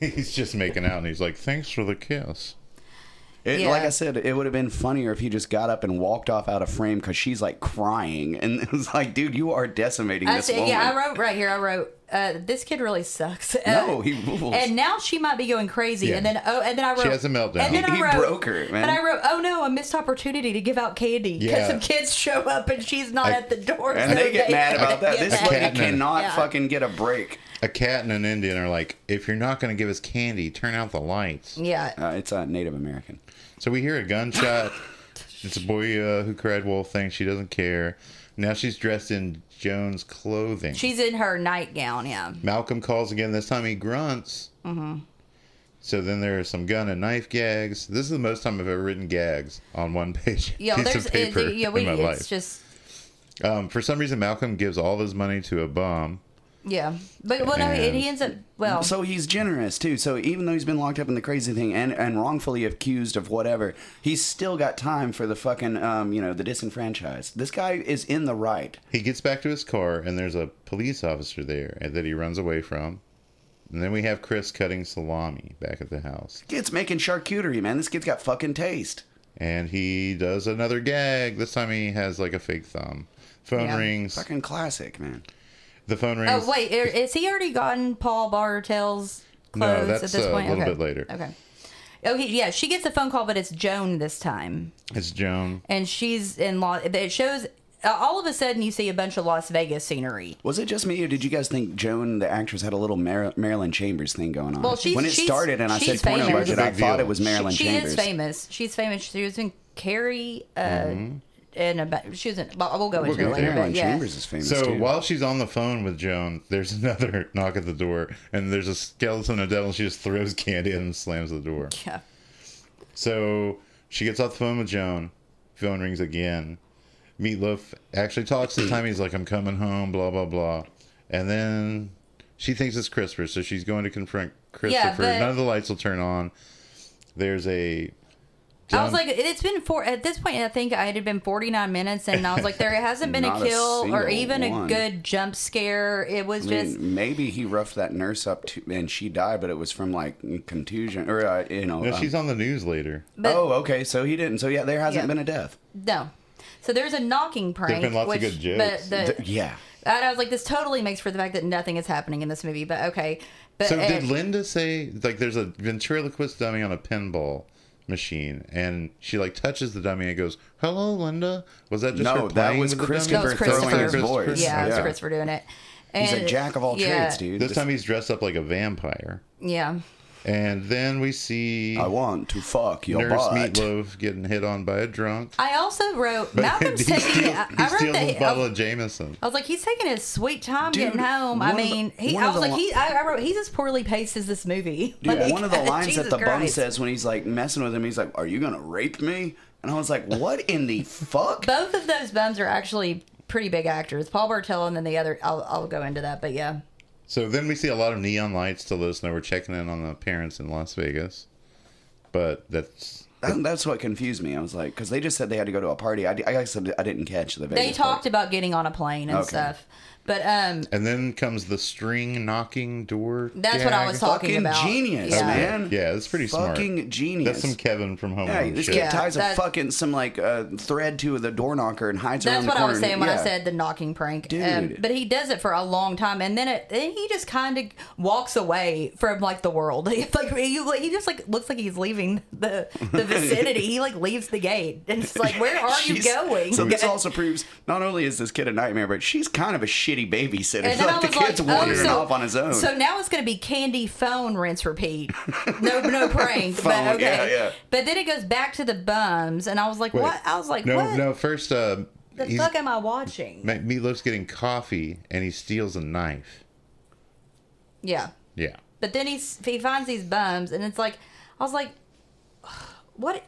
Speaker 3: he's just making out, and he's like, "Thanks for the kiss."
Speaker 2: It,
Speaker 1: Yeah.
Speaker 2: Like I said, it would have been funnier if he just got up and walked off out of frame because she's like crying, and it was like, dude, you are decimating
Speaker 1: I
Speaker 2: this
Speaker 1: said,
Speaker 2: woman.
Speaker 1: yeah, I wrote right here. I wrote, uh, this kid really sucks.
Speaker 2: No,
Speaker 1: Uh,
Speaker 2: he rules.
Speaker 1: And now she might be going crazy.
Speaker 3: Yeah.
Speaker 1: And then oh, and then I wrote,
Speaker 3: has a meltdown.
Speaker 1: And then I
Speaker 2: He
Speaker 1: wrote,
Speaker 2: broke her, man.
Speaker 1: And I wrote, oh no, a missed opportunity to give out candy because
Speaker 3: Yeah.
Speaker 1: some kids show up and she's not
Speaker 3: I-
Speaker 1: at the door.
Speaker 2: and
Speaker 1: so
Speaker 2: they get mad about that.
Speaker 1: get
Speaker 2: This
Speaker 1: mad.
Speaker 2: lady
Speaker 3: Catnip.
Speaker 2: cannot
Speaker 1: Yeah.
Speaker 2: fucking get a break.
Speaker 3: A cat and an Indian are like, if you're not going to give us candy, turn out the lights.
Speaker 1: Yeah.
Speaker 2: Uh, it's uh, Native American.
Speaker 3: So we hear a gunshot. it's a boy uh, who cried wolf thing. She doesn't care. Now she's dressed in Joan's clothing.
Speaker 1: She's in her nightgown. Yeah.
Speaker 3: Malcolm calls again. This time he grunts. Mm-hmm. So then there are some gun and knife gags. This is the most time I've ever written gags on one page
Speaker 1: Yeah.
Speaker 3: piece
Speaker 1: There's
Speaker 3: of paper
Speaker 1: it- yeah. We
Speaker 3: in my
Speaker 1: it's
Speaker 3: life.
Speaker 1: just
Speaker 3: um, for some reason, Malcolm gives all of his money to a bum.
Speaker 1: yeah. But well, no, and he ends up well.
Speaker 2: So he's generous too. So even though he's been locked up in the crazy thing and, and wrongfully accused of whatever, he's still got time for the fucking um, you know the disenfranchised. This guy is in the right.
Speaker 3: He gets back to his car, and there's a police officer there and that he runs away from. And then we have Chris cutting salami back at the house.
Speaker 2: Kid's making charcuterie, man. This kid's got fucking taste.
Speaker 3: And he does another gag. This time he has like a fake thumb. Phone
Speaker 1: Yeah.
Speaker 3: rings.
Speaker 2: Fucking classic, man.
Speaker 3: The phone rings.
Speaker 1: Oh wait, er- is he already gotten Paul Bartel's
Speaker 3: No,
Speaker 1: clothes
Speaker 3: that's,
Speaker 1: at this
Speaker 3: uh, a
Speaker 1: point?
Speaker 3: little
Speaker 1: okay.
Speaker 3: bit later.
Speaker 1: Okay. Oh he, yeah, she gets a phone call, but it's Joan this time,
Speaker 3: It's Joan.
Speaker 1: and she's in Las. It shows uh, all of a sudden you see a bunch of Las Vegas scenery.
Speaker 2: Was it just me, or did you guys think Joan, the actress, had a little Mar- Marilyn Chambers thing going on?
Speaker 1: Well, she's-
Speaker 2: when it
Speaker 1: she's-
Speaker 2: started, and I
Speaker 1: she's
Speaker 2: said porno
Speaker 1: famous.
Speaker 2: budget,
Speaker 3: She's a
Speaker 2: I
Speaker 3: big
Speaker 2: thought
Speaker 3: deal.
Speaker 2: it was Marilyn
Speaker 1: she
Speaker 2: Chambers.
Speaker 1: is famous. She's famous. She was in Carrie, uh,
Speaker 3: Mm-hmm.
Speaker 1: and about she was in. Well, we'll go into
Speaker 3: get
Speaker 1: it later.
Speaker 2: Marilyn
Speaker 1: But yeah,
Speaker 2: Chambers is famous
Speaker 3: So
Speaker 2: too.
Speaker 3: while she's on the phone with Joan, there's another knock at the door, and there's a skeleton of devil. She just throws candy in and slams the door.
Speaker 1: yeah.
Speaker 3: So she gets off the phone with Joan. Phone rings again. Meatloaf actually talks this time. He's like, "I'm coming home," blah blah blah, and then she thinks it's Christopher, so she's going to confront Christopher.
Speaker 1: but-
Speaker 3: None of the lights will turn on. There's a.
Speaker 1: I was
Speaker 3: dumb-
Speaker 1: like, it's been four. At this point, I think I had been 49 minutes, and I was like, there hasn't been a
Speaker 2: Not a
Speaker 1: kill or
Speaker 2: single
Speaker 1: even
Speaker 2: one.
Speaker 1: a good jump scare. It was
Speaker 2: I mean,
Speaker 1: just
Speaker 2: maybe he roughed that nurse up to, and she died, but it was from like contusion or uh, you know.
Speaker 3: No,
Speaker 2: um,
Speaker 3: she's on the news later.
Speaker 1: But-
Speaker 2: oh, okay. So he didn't. So yeah, there hasn't
Speaker 1: Yeah.
Speaker 2: been a death.
Speaker 1: no. So there's a knocking prank.
Speaker 3: been lots of
Speaker 1: which,
Speaker 3: good jokes.
Speaker 1: But the,
Speaker 2: Th- yeah.
Speaker 1: and I was like, this totally makes for the fact that nothing is happening in this movie. But okay. But
Speaker 3: So did
Speaker 1: uh,
Speaker 3: Linda say like there's a ventriloquist dummy on a pinball machine and she like touches the dummy and goes, "Hello, Linda." Was that just
Speaker 2: No,
Speaker 3: her
Speaker 2: that
Speaker 3: playing
Speaker 2: was
Speaker 3: with the
Speaker 2: Christopher
Speaker 1: no,
Speaker 3: dummy?
Speaker 1: it's
Speaker 2: throwing
Speaker 1: Christopher.
Speaker 2: his voice.
Speaker 1: Yeah, it's
Speaker 2: Yeah.
Speaker 1: Christopher doing it. And,
Speaker 2: He's a jack of all
Speaker 1: yeah,
Speaker 2: trades, dude.
Speaker 3: This time he's dressed up like a vampire.
Speaker 1: Yeah.
Speaker 3: And then we see
Speaker 2: I want to fuck your
Speaker 3: Nurse
Speaker 2: butt.
Speaker 3: Meatloaf getting hit on by a drunk.
Speaker 1: I also wrote Malcolm's
Speaker 3: he
Speaker 1: taking.
Speaker 3: steals,
Speaker 1: I,
Speaker 3: he
Speaker 1: I wrote
Speaker 3: steals his
Speaker 1: that. oh.
Speaker 3: bottle of Jameson.
Speaker 1: I was like, he's taking his sweet time
Speaker 2: Dude,
Speaker 1: getting home.
Speaker 2: one
Speaker 1: I
Speaker 2: of the-
Speaker 1: mean, he,
Speaker 2: one
Speaker 1: I
Speaker 2: of
Speaker 1: was
Speaker 2: the
Speaker 1: like,
Speaker 2: li-
Speaker 1: he, I wrote, he's as poorly paced as this movie.
Speaker 2: Dude,
Speaker 1: Like,
Speaker 2: one of the lines
Speaker 1: Jesus
Speaker 2: that the bum
Speaker 1: Christ.
Speaker 2: says when he's like messing with him, he's like, "Are you gonna rape me?" And I was like, "What in the fuck?"
Speaker 1: Both of those bums are actually pretty big actors. Paul Bartel and then the other. I'll, I'll go into that, but yeah,
Speaker 3: So then we see a lot of neon lights to let us know we're checking in on the parents in Las Vegas. But that's
Speaker 2: That- That's what confused me. I was like, because they just said they had to go to a party. I, I guess I didn't catch the.
Speaker 1: they
Speaker 2: Vegas part.
Speaker 1: talked about getting on a plane and
Speaker 2: Okay.
Speaker 1: stuff. But um,
Speaker 3: and then comes the string knocking door.
Speaker 1: that's what I
Speaker 3: gag.
Speaker 1: was talking
Speaker 2: Fucking
Speaker 1: about.
Speaker 2: genius,
Speaker 1: yeah.
Speaker 2: man.
Speaker 3: Yeah, that's pretty smart.
Speaker 2: fucking genius.
Speaker 3: That's some Kevin from Home
Speaker 2: Hey,
Speaker 3: Alone
Speaker 2: this
Speaker 3: shit.
Speaker 2: kid
Speaker 1: Yeah,
Speaker 2: ties a
Speaker 1: that-
Speaker 2: fucking some like uh, thread to the door knocker and hides
Speaker 1: That's
Speaker 2: around the
Speaker 1: what
Speaker 2: corner.
Speaker 1: I was saying when I
Speaker 2: Yeah.
Speaker 1: said the knocking prank. Um,
Speaker 2: Dude.
Speaker 1: but he does it for a long time, and then it, then he just kind of walks away from like the world. It's like he, he just like looks like he's leaving the the vicinity. he like leaves the gate, and it's like, where are you
Speaker 2: She's-
Speaker 1: going?
Speaker 2: So this also proves not only is this kid a nightmare, but she's kind of a shitty babysitter.
Speaker 1: and then
Speaker 2: like
Speaker 1: I
Speaker 2: the
Speaker 1: was
Speaker 2: kid's
Speaker 1: like,
Speaker 2: wandering
Speaker 1: oh, so,
Speaker 2: off on his own.
Speaker 1: So now it's going to be candy phone rinse repeat. No, no prank.
Speaker 2: Phone,
Speaker 1: but okay.
Speaker 2: yeah, yeah.
Speaker 1: But then it goes back to the bums, and I was like,
Speaker 3: Wait.
Speaker 1: what? I was like,
Speaker 3: no,
Speaker 1: what
Speaker 3: no. First, uh,
Speaker 1: the
Speaker 3: he's,
Speaker 1: fuck am I watching?
Speaker 3: Ma- Meatloaf's getting coffee and he steals a knife.
Speaker 1: Yeah.
Speaker 3: Yeah,
Speaker 1: But then he s- he finds these bums, and it's like I was like, what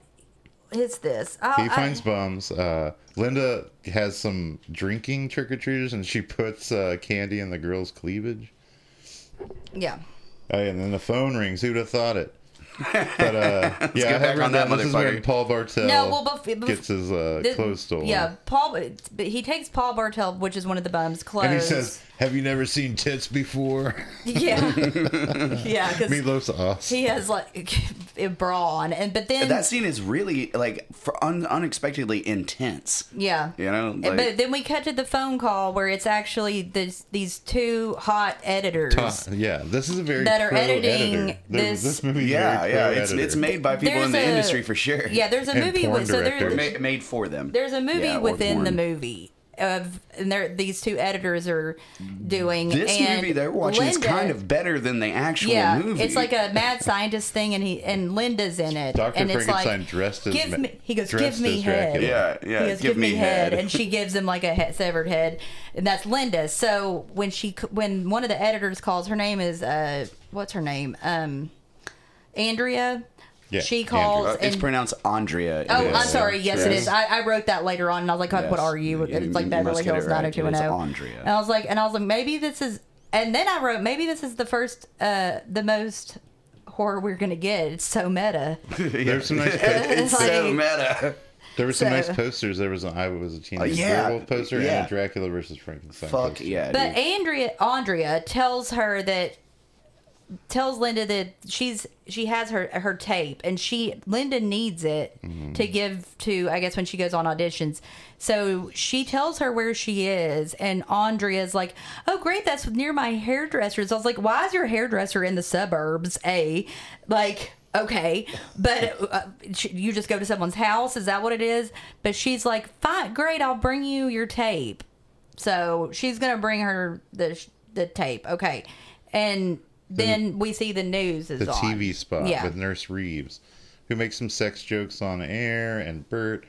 Speaker 1: is this? Oh, I,
Speaker 3: he finds bums. Uh, Linda has some drinking trick or treaters, and she puts uh, candy in the girl's cleavage.
Speaker 1: I, yeah.
Speaker 3: Oh, yeah, and then the phone rings. Who'd have thought it? But uh, yeah, I
Speaker 2: get back
Speaker 3: had
Speaker 2: on
Speaker 3: on
Speaker 2: that
Speaker 3: that. This is
Speaker 2: motherfucker.
Speaker 3: where Paul Bartel
Speaker 1: No, well, bef- bef-
Speaker 3: gets his uh,
Speaker 1: Th-
Speaker 3: clothes stolen.
Speaker 1: Yeah, Paul. But he takes Paul Bartel, which is one of the bums' clothes.
Speaker 3: and he says, Have you never seen tits before?
Speaker 1: Yeah, yeah, because
Speaker 3: Meatloaf's us.
Speaker 1: he has like a bra on, and but then
Speaker 2: That scene is really like for un- unexpectedly intense.
Speaker 1: yeah,
Speaker 2: You know,
Speaker 1: And-
Speaker 2: like-
Speaker 1: but then we cut to the phone call where it's actually this, these two hot editors.
Speaker 3: Uh, yeah, this is a very
Speaker 1: That are
Speaker 3: pro
Speaker 1: editing
Speaker 3: editor.
Speaker 1: this-
Speaker 3: This movie, is
Speaker 2: Yeah,
Speaker 3: very
Speaker 2: yeah,
Speaker 3: pro
Speaker 2: it's it's
Speaker 3: editor.
Speaker 2: made by people
Speaker 1: There's
Speaker 2: in the
Speaker 1: a-
Speaker 2: industry for sure.
Speaker 1: Yeah, there's a
Speaker 3: And
Speaker 1: movie
Speaker 3: porn
Speaker 1: with so there,
Speaker 3: directors.
Speaker 2: Ma- made for them.
Speaker 1: there's a movie
Speaker 2: Yeah, or
Speaker 1: within the
Speaker 2: porn.
Speaker 1: movie of and there these two editors are doing
Speaker 2: This
Speaker 1: and
Speaker 2: movie they're watching is
Speaker 1: Linda-
Speaker 2: kind of better than the actual
Speaker 1: yeah,
Speaker 2: movie.
Speaker 1: it's like a mad scientist thing, and he and Linda's in it,
Speaker 3: Dr.
Speaker 1: and it's
Speaker 3: Frankenstein
Speaker 1: like
Speaker 3: dressed as
Speaker 1: give
Speaker 3: ma-
Speaker 1: me. He goes,
Speaker 3: dressed
Speaker 1: give me
Speaker 3: as
Speaker 1: head.
Speaker 3: Dracula.
Speaker 2: yeah, yeah.
Speaker 1: he goes, give, me head. and she gives him like a he- severed head, and that's Linda. So when she c- when one of the editors calls, her name is uh, what's her name? Um, Andrea.
Speaker 3: Yeah,
Speaker 1: she
Speaker 3: Andrea.
Speaker 1: calls.
Speaker 2: Uh,
Speaker 1: and,
Speaker 2: it's pronounced Andrea. in
Speaker 1: Oh,
Speaker 2: this.
Speaker 1: I'm sorry. Yes, it
Speaker 2: Yes.
Speaker 1: is. I, I wrote that later on, and I was like, God, "What
Speaker 2: Yes.
Speaker 1: are you?"
Speaker 2: You- you
Speaker 1: It's like
Speaker 2: must
Speaker 1: Beverly
Speaker 2: get it
Speaker 1: Hills
Speaker 2: right.
Speaker 1: 90210.
Speaker 2: It is Andrea.
Speaker 1: And I was like, and I was like, maybe this is. And then I wrote, maybe this is the first, uh, the most horror we're gonna get. It's so meta.
Speaker 3: There's some nice. po-
Speaker 2: It's
Speaker 1: Like-
Speaker 2: so meta.
Speaker 3: there were some nice
Speaker 1: So-
Speaker 3: posters. There was an I was a teenage
Speaker 2: Uh, yeah,
Speaker 3: werewolf poster and
Speaker 2: yeah.
Speaker 3: a Dracula versus Frankenstein.
Speaker 2: Fuck
Speaker 3: poster.
Speaker 2: yeah.
Speaker 1: But
Speaker 2: dude.
Speaker 1: Andrea, Andrea tells her that tells Linda that she's she has her her tape and she Linda needs it to give to I guess when she goes on auditions. So she tells her where she is and Andrea's like, "Oh great, that's near my hairdresser's." I was like, "Why is your hairdresser in the suburbs?" A like Okay, but uh, sh- you just go to someone's house? Is that what it is? But she's like, fine, great, I'll bring you your tape. So she's gonna bring her the the tape, okay, and then we see the news is
Speaker 3: the
Speaker 1: on.
Speaker 3: TV spot
Speaker 1: Yeah,
Speaker 3: with Nurse Reeves, who makes some sex jokes on air, and Bert,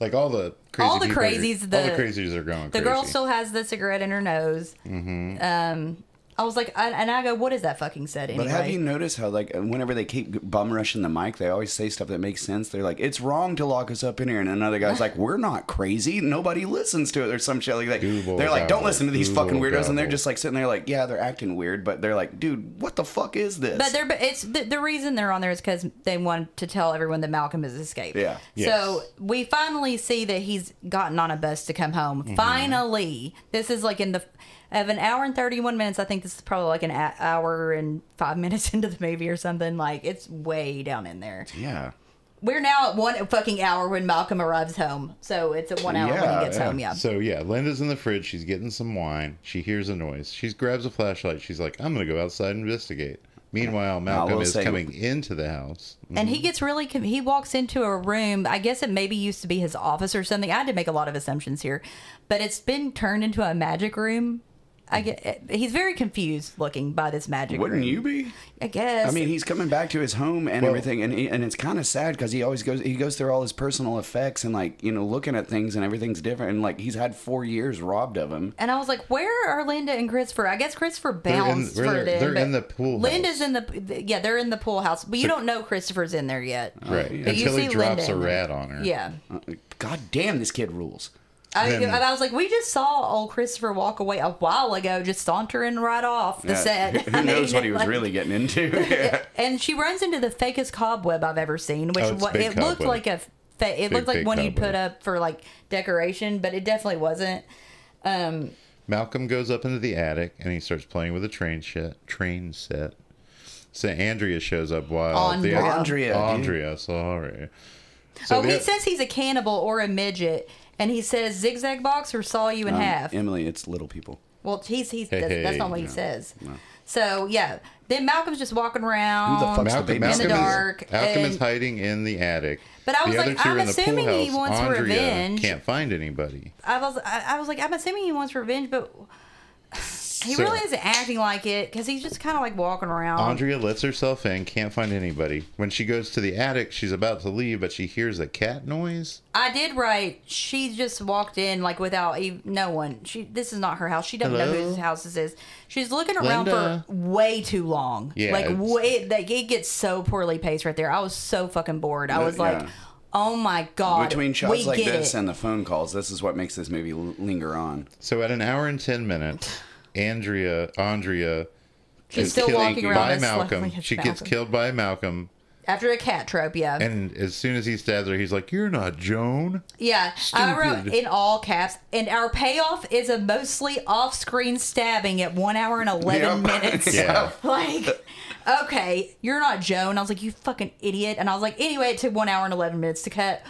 Speaker 3: like all the crazy
Speaker 1: All the
Speaker 3: people are-
Speaker 1: crazies,
Speaker 3: all the
Speaker 1: the-
Speaker 3: crazies are
Speaker 1: the
Speaker 3: going. crazy.
Speaker 1: girl still has the cigarette in her nose. Mm-hmm. Um, I was like, I, and I go, what is that fucking said anyway?
Speaker 2: But have you noticed how, like, whenever they keep bum rushing the mic, they always say stuff that makes sense? They're like, it's wrong to lock us up in here. And another guy's like, we're not crazy. Nobody listens to it or some shit like that.
Speaker 3: Google
Speaker 2: they're like, don't
Speaker 3: gobble,
Speaker 2: listen to these
Speaker 3: Google
Speaker 2: fucking weirdos. And they're
Speaker 3: gobble.
Speaker 2: just like sitting there, like, yeah, they're acting weird. But they're like, dude, what the fuck is this?
Speaker 1: but they're but it's the, the reason they're on there is because they want to tell everyone that Malcolm has escaped.
Speaker 2: Yeah.
Speaker 1: So
Speaker 3: Yes.
Speaker 1: we finally see that he's gotten on a bus to come home. Finally, this is like in the of an hour and thirty one minutes. I think this is probably like an a- hour and five minutes into the movie or something. Like it's way down in there.
Speaker 2: yeah.
Speaker 1: We're now at one fucking hour when Malcolm arrives home. So it's at one hour when
Speaker 2: Yeah,
Speaker 1: he gets home. Yeah.
Speaker 3: So yeah, Linda's in the fridge. She's getting some wine. She hears a noise. She grabs a flashlight. She's like, "I'm gonna go outside and investigate." Meanwhile, Malcolm
Speaker 2: will
Speaker 3: is
Speaker 2: say-
Speaker 3: coming into the house.
Speaker 1: And he gets really, com- he walks into a room. I guess it maybe used to be his office or something. I had to make a lot of assumptions here, but it's been turned into a magic room.
Speaker 3: Mm-hmm.
Speaker 1: I get, eh, he's very confused looking by this magic
Speaker 2: Wouldn't
Speaker 1: room.
Speaker 2: you be?
Speaker 1: I guess.
Speaker 2: I mean, he's coming back to his home and everything, and he, and it's kind of sad because he always goes he goes through all his personal effects and like you know looking at things and everything's different, and like he's had four years robbed of him.
Speaker 1: and I was like, where are Linda and Christopher? I guess Christopher
Speaker 3: in-
Speaker 1: bounced
Speaker 3: they're-
Speaker 1: for it in.
Speaker 3: they're
Speaker 1: but
Speaker 3: in the pool
Speaker 1: Linda's
Speaker 3: house.
Speaker 1: in the, yeah, they're in the pool house, but you don't know Christopher's in there yet.
Speaker 3: Right.
Speaker 1: But you
Speaker 3: Until he
Speaker 1: see
Speaker 3: drops
Speaker 1: Linda
Speaker 3: a
Speaker 1: in there.
Speaker 3: rat on her.
Speaker 1: Yeah.
Speaker 2: Uh, God damn, this kid rules.
Speaker 1: I,
Speaker 3: Then-
Speaker 1: and I was like, we just saw old Christopher walk away a while ago, just sauntering right off the
Speaker 2: Yeah.
Speaker 1: set.
Speaker 2: Who
Speaker 1: I
Speaker 2: knows
Speaker 1: mean,
Speaker 2: what he was
Speaker 1: like-
Speaker 2: really getting into? Yeah.
Speaker 1: And she runs into the fakest cobweb I've ever seen, which
Speaker 3: Oh, it's
Speaker 1: wa-
Speaker 3: big
Speaker 1: it looked
Speaker 3: cobweb.
Speaker 1: like a fa- it
Speaker 3: Big,
Speaker 1: looked like
Speaker 3: big
Speaker 1: one you'd
Speaker 3: cobweb.
Speaker 1: put up for like decoration, but it definitely wasn't. Um,
Speaker 3: Malcolm goes up into the attic and he starts playing with a train set. Train set. So Andrea shows up while
Speaker 1: Andrea.
Speaker 3: the
Speaker 2: Andrea, dude.
Speaker 3: Andrea, sorry. So
Speaker 1: oh, he
Speaker 3: they're-
Speaker 1: says he's a cannibal or a midget, and he says zigzag box or saw you in half.
Speaker 2: Um, Emily, it's little people.
Speaker 1: well, he's he's that's, that's not what he
Speaker 3: Um, hey,
Speaker 1: says. So yeah, then Malcolm's just walking around.
Speaker 2: fuck's the
Speaker 3: Malcolm,
Speaker 2: baby?
Speaker 3: Malcolm,
Speaker 1: In the
Speaker 3: is,
Speaker 1: dark,
Speaker 3: Malcolm
Speaker 1: and-
Speaker 3: is hiding in the attic.
Speaker 1: But I was
Speaker 3: the
Speaker 1: like,
Speaker 3: other two
Speaker 1: I'm
Speaker 3: are in the pool
Speaker 1: assuming he
Speaker 3: house.
Speaker 1: wants
Speaker 3: Andrea
Speaker 1: revenge.
Speaker 3: Can't find anybody.
Speaker 1: I was I, I was like I'm assuming he wants revenge, but he
Speaker 3: So-
Speaker 1: really isn't acting like it because he's just kind of like walking around.
Speaker 3: Andrea lets herself in, can't find anybody. When she goes to the attic, she's about to leave, but she hears a cat noise.
Speaker 1: I did write. She just walked in like without even, no one. She this is not her house. She doesn't know
Speaker 3: Hello?
Speaker 1: whose house this is. She's looking around
Speaker 3: Linda?
Speaker 1: for way too long.
Speaker 3: Yeah,
Speaker 1: like
Speaker 3: it's-
Speaker 1: way like it gets so poorly paced right there. I was so fucking bored. I
Speaker 2: Yeah,
Speaker 1: was like,
Speaker 2: yeah.
Speaker 1: oh my god.
Speaker 2: Between shots
Speaker 1: we
Speaker 2: like
Speaker 1: get
Speaker 2: this
Speaker 1: it.
Speaker 2: and the phone calls, this is what makes this movie l- linger on.
Speaker 3: So at an hour and ten minutes, Andrea Andrea
Speaker 1: she's still
Speaker 3: killed
Speaker 1: walking around
Speaker 3: by
Speaker 1: as
Speaker 3: Malcolm.
Speaker 1: slowly as
Speaker 3: She gets
Speaker 1: Malcolm.
Speaker 3: killed by Malcolm.
Speaker 1: After the cat trope, yeah.
Speaker 3: And as soon as he stabs her, he's like, "You're not Joan."
Speaker 1: yeah. I wrote
Speaker 3: Stupid.
Speaker 1: in all caps. And our payoff is a mostly off screen stabbing at one hour and 11
Speaker 2: Yep.
Speaker 1: minutes.
Speaker 3: Yeah.
Speaker 1: Like, okay, you're not Joan. I was like, you fucking idiot. And I was like, anyway, it took one hour and 11 minutes to cut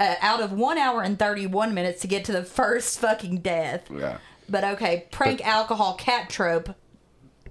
Speaker 1: uh, out of one hour and 31 minutes to get to the first fucking death.
Speaker 2: Yeah.
Speaker 1: But okay, prank alcohol cat trope,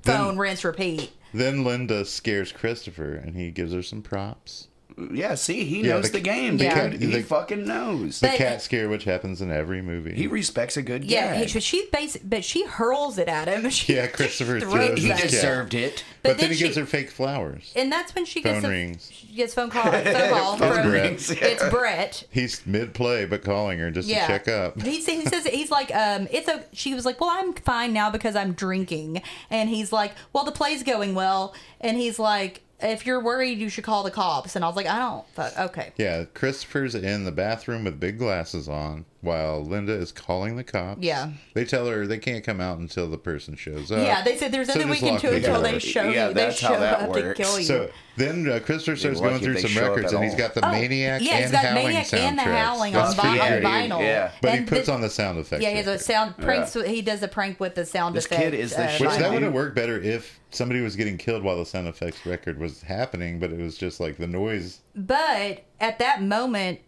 Speaker 1: phone, rinse, repeat.
Speaker 3: Then Linda scares Christopher, and he gives her some props.
Speaker 2: Yeah, see, he
Speaker 3: Yeah,
Speaker 2: knows
Speaker 3: the-
Speaker 2: the, game,
Speaker 1: the
Speaker 2: dude.
Speaker 1: cat-
Speaker 2: he
Speaker 3: the-
Speaker 2: fucking knows.
Speaker 3: The
Speaker 1: But-
Speaker 3: cat scare, which happens in every movie.
Speaker 2: he respects a good
Speaker 1: Yeah,
Speaker 2: gag.
Speaker 1: he- she basi- but she hurls it at him. She
Speaker 3: yeah, Christopher
Speaker 1: throws
Speaker 3: throws.
Speaker 2: He
Speaker 3: his
Speaker 1: that.
Speaker 3: cat.
Speaker 2: deserved it.
Speaker 1: But,
Speaker 3: But, then, he
Speaker 1: she,
Speaker 3: gives her fake flowers.
Speaker 1: and that's when she gets
Speaker 3: Phone
Speaker 1: a-
Speaker 3: rings.
Speaker 1: She gets phone call, phone call from
Speaker 3: Brett.
Speaker 1: it's Brett.
Speaker 3: He's mid play, but calling her just
Speaker 1: Yeah,
Speaker 3: to check up.
Speaker 1: He, sa- he says he's like, um, it's a. She was like, well, I'm fine now because I'm drinking, and he's like, well, the play's going well, and he's like, if you're worried, you should call the cops, and I was like, I don't. Fuck, okay.
Speaker 3: Yeah, Christopher's in the bathroom with big glasses on while Linda is calling the cops.
Speaker 1: Yeah.
Speaker 3: They tell her they can't come out until the person shows up.
Speaker 1: Yeah, they said there's
Speaker 3: uh, so
Speaker 1: nothing we
Speaker 3: just
Speaker 1: can
Speaker 3: lock
Speaker 1: do
Speaker 3: the
Speaker 1: until they
Speaker 3: door.
Speaker 1: show
Speaker 2: Yeah,
Speaker 1: you. They
Speaker 2: that's
Speaker 1: show
Speaker 2: how that
Speaker 1: up to
Speaker 2: works.
Speaker 1: kill you.
Speaker 3: So then uh, Christopher starts
Speaker 2: lucky
Speaker 3: going
Speaker 2: if
Speaker 3: through
Speaker 2: they
Speaker 3: some
Speaker 2: show up
Speaker 3: records,
Speaker 2: at
Speaker 3: and he's
Speaker 2: all.
Speaker 3: got the
Speaker 1: Oh,
Speaker 3: Maniac
Speaker 1: yeah, he's
Speaker 3: and
Speaker 1: got
Speaker 3: Howling
Speaker 1: Maniac and the
Speaker 3: soundtracks.
Speaker 1: Howling
Speaker 2: That's
Speaker 1: on, vi-
Speaker 2: pretty
Speaker 1: on
Speaker 2: good.
Speaker 1: vinyl.
Speaker 2: Yeah.
Speaker 3: But
Speaker 1: And
Speaker 3: he puts
Speaker 1: the-
Speaker 3: on the sound effects.
Speaker 1: Yeah, he has
Speaker 3: with
Speaker 1: a
Speaker 3: it.
Speaker 1: sound pranks. He does a prank with the sound uh,
Speaker 2: This
Speaker 1: effects.
Speaker 2: kid is the shit.
Speaker 3: Which
Speaker 1: vinyl.
Speaker 3: that
Speaker 2: Right.
Speaker 3: would have worked better if somebody was getting killed while the sound effects record was happening, but it was just like the noise.
Speaker 1: But at that moment,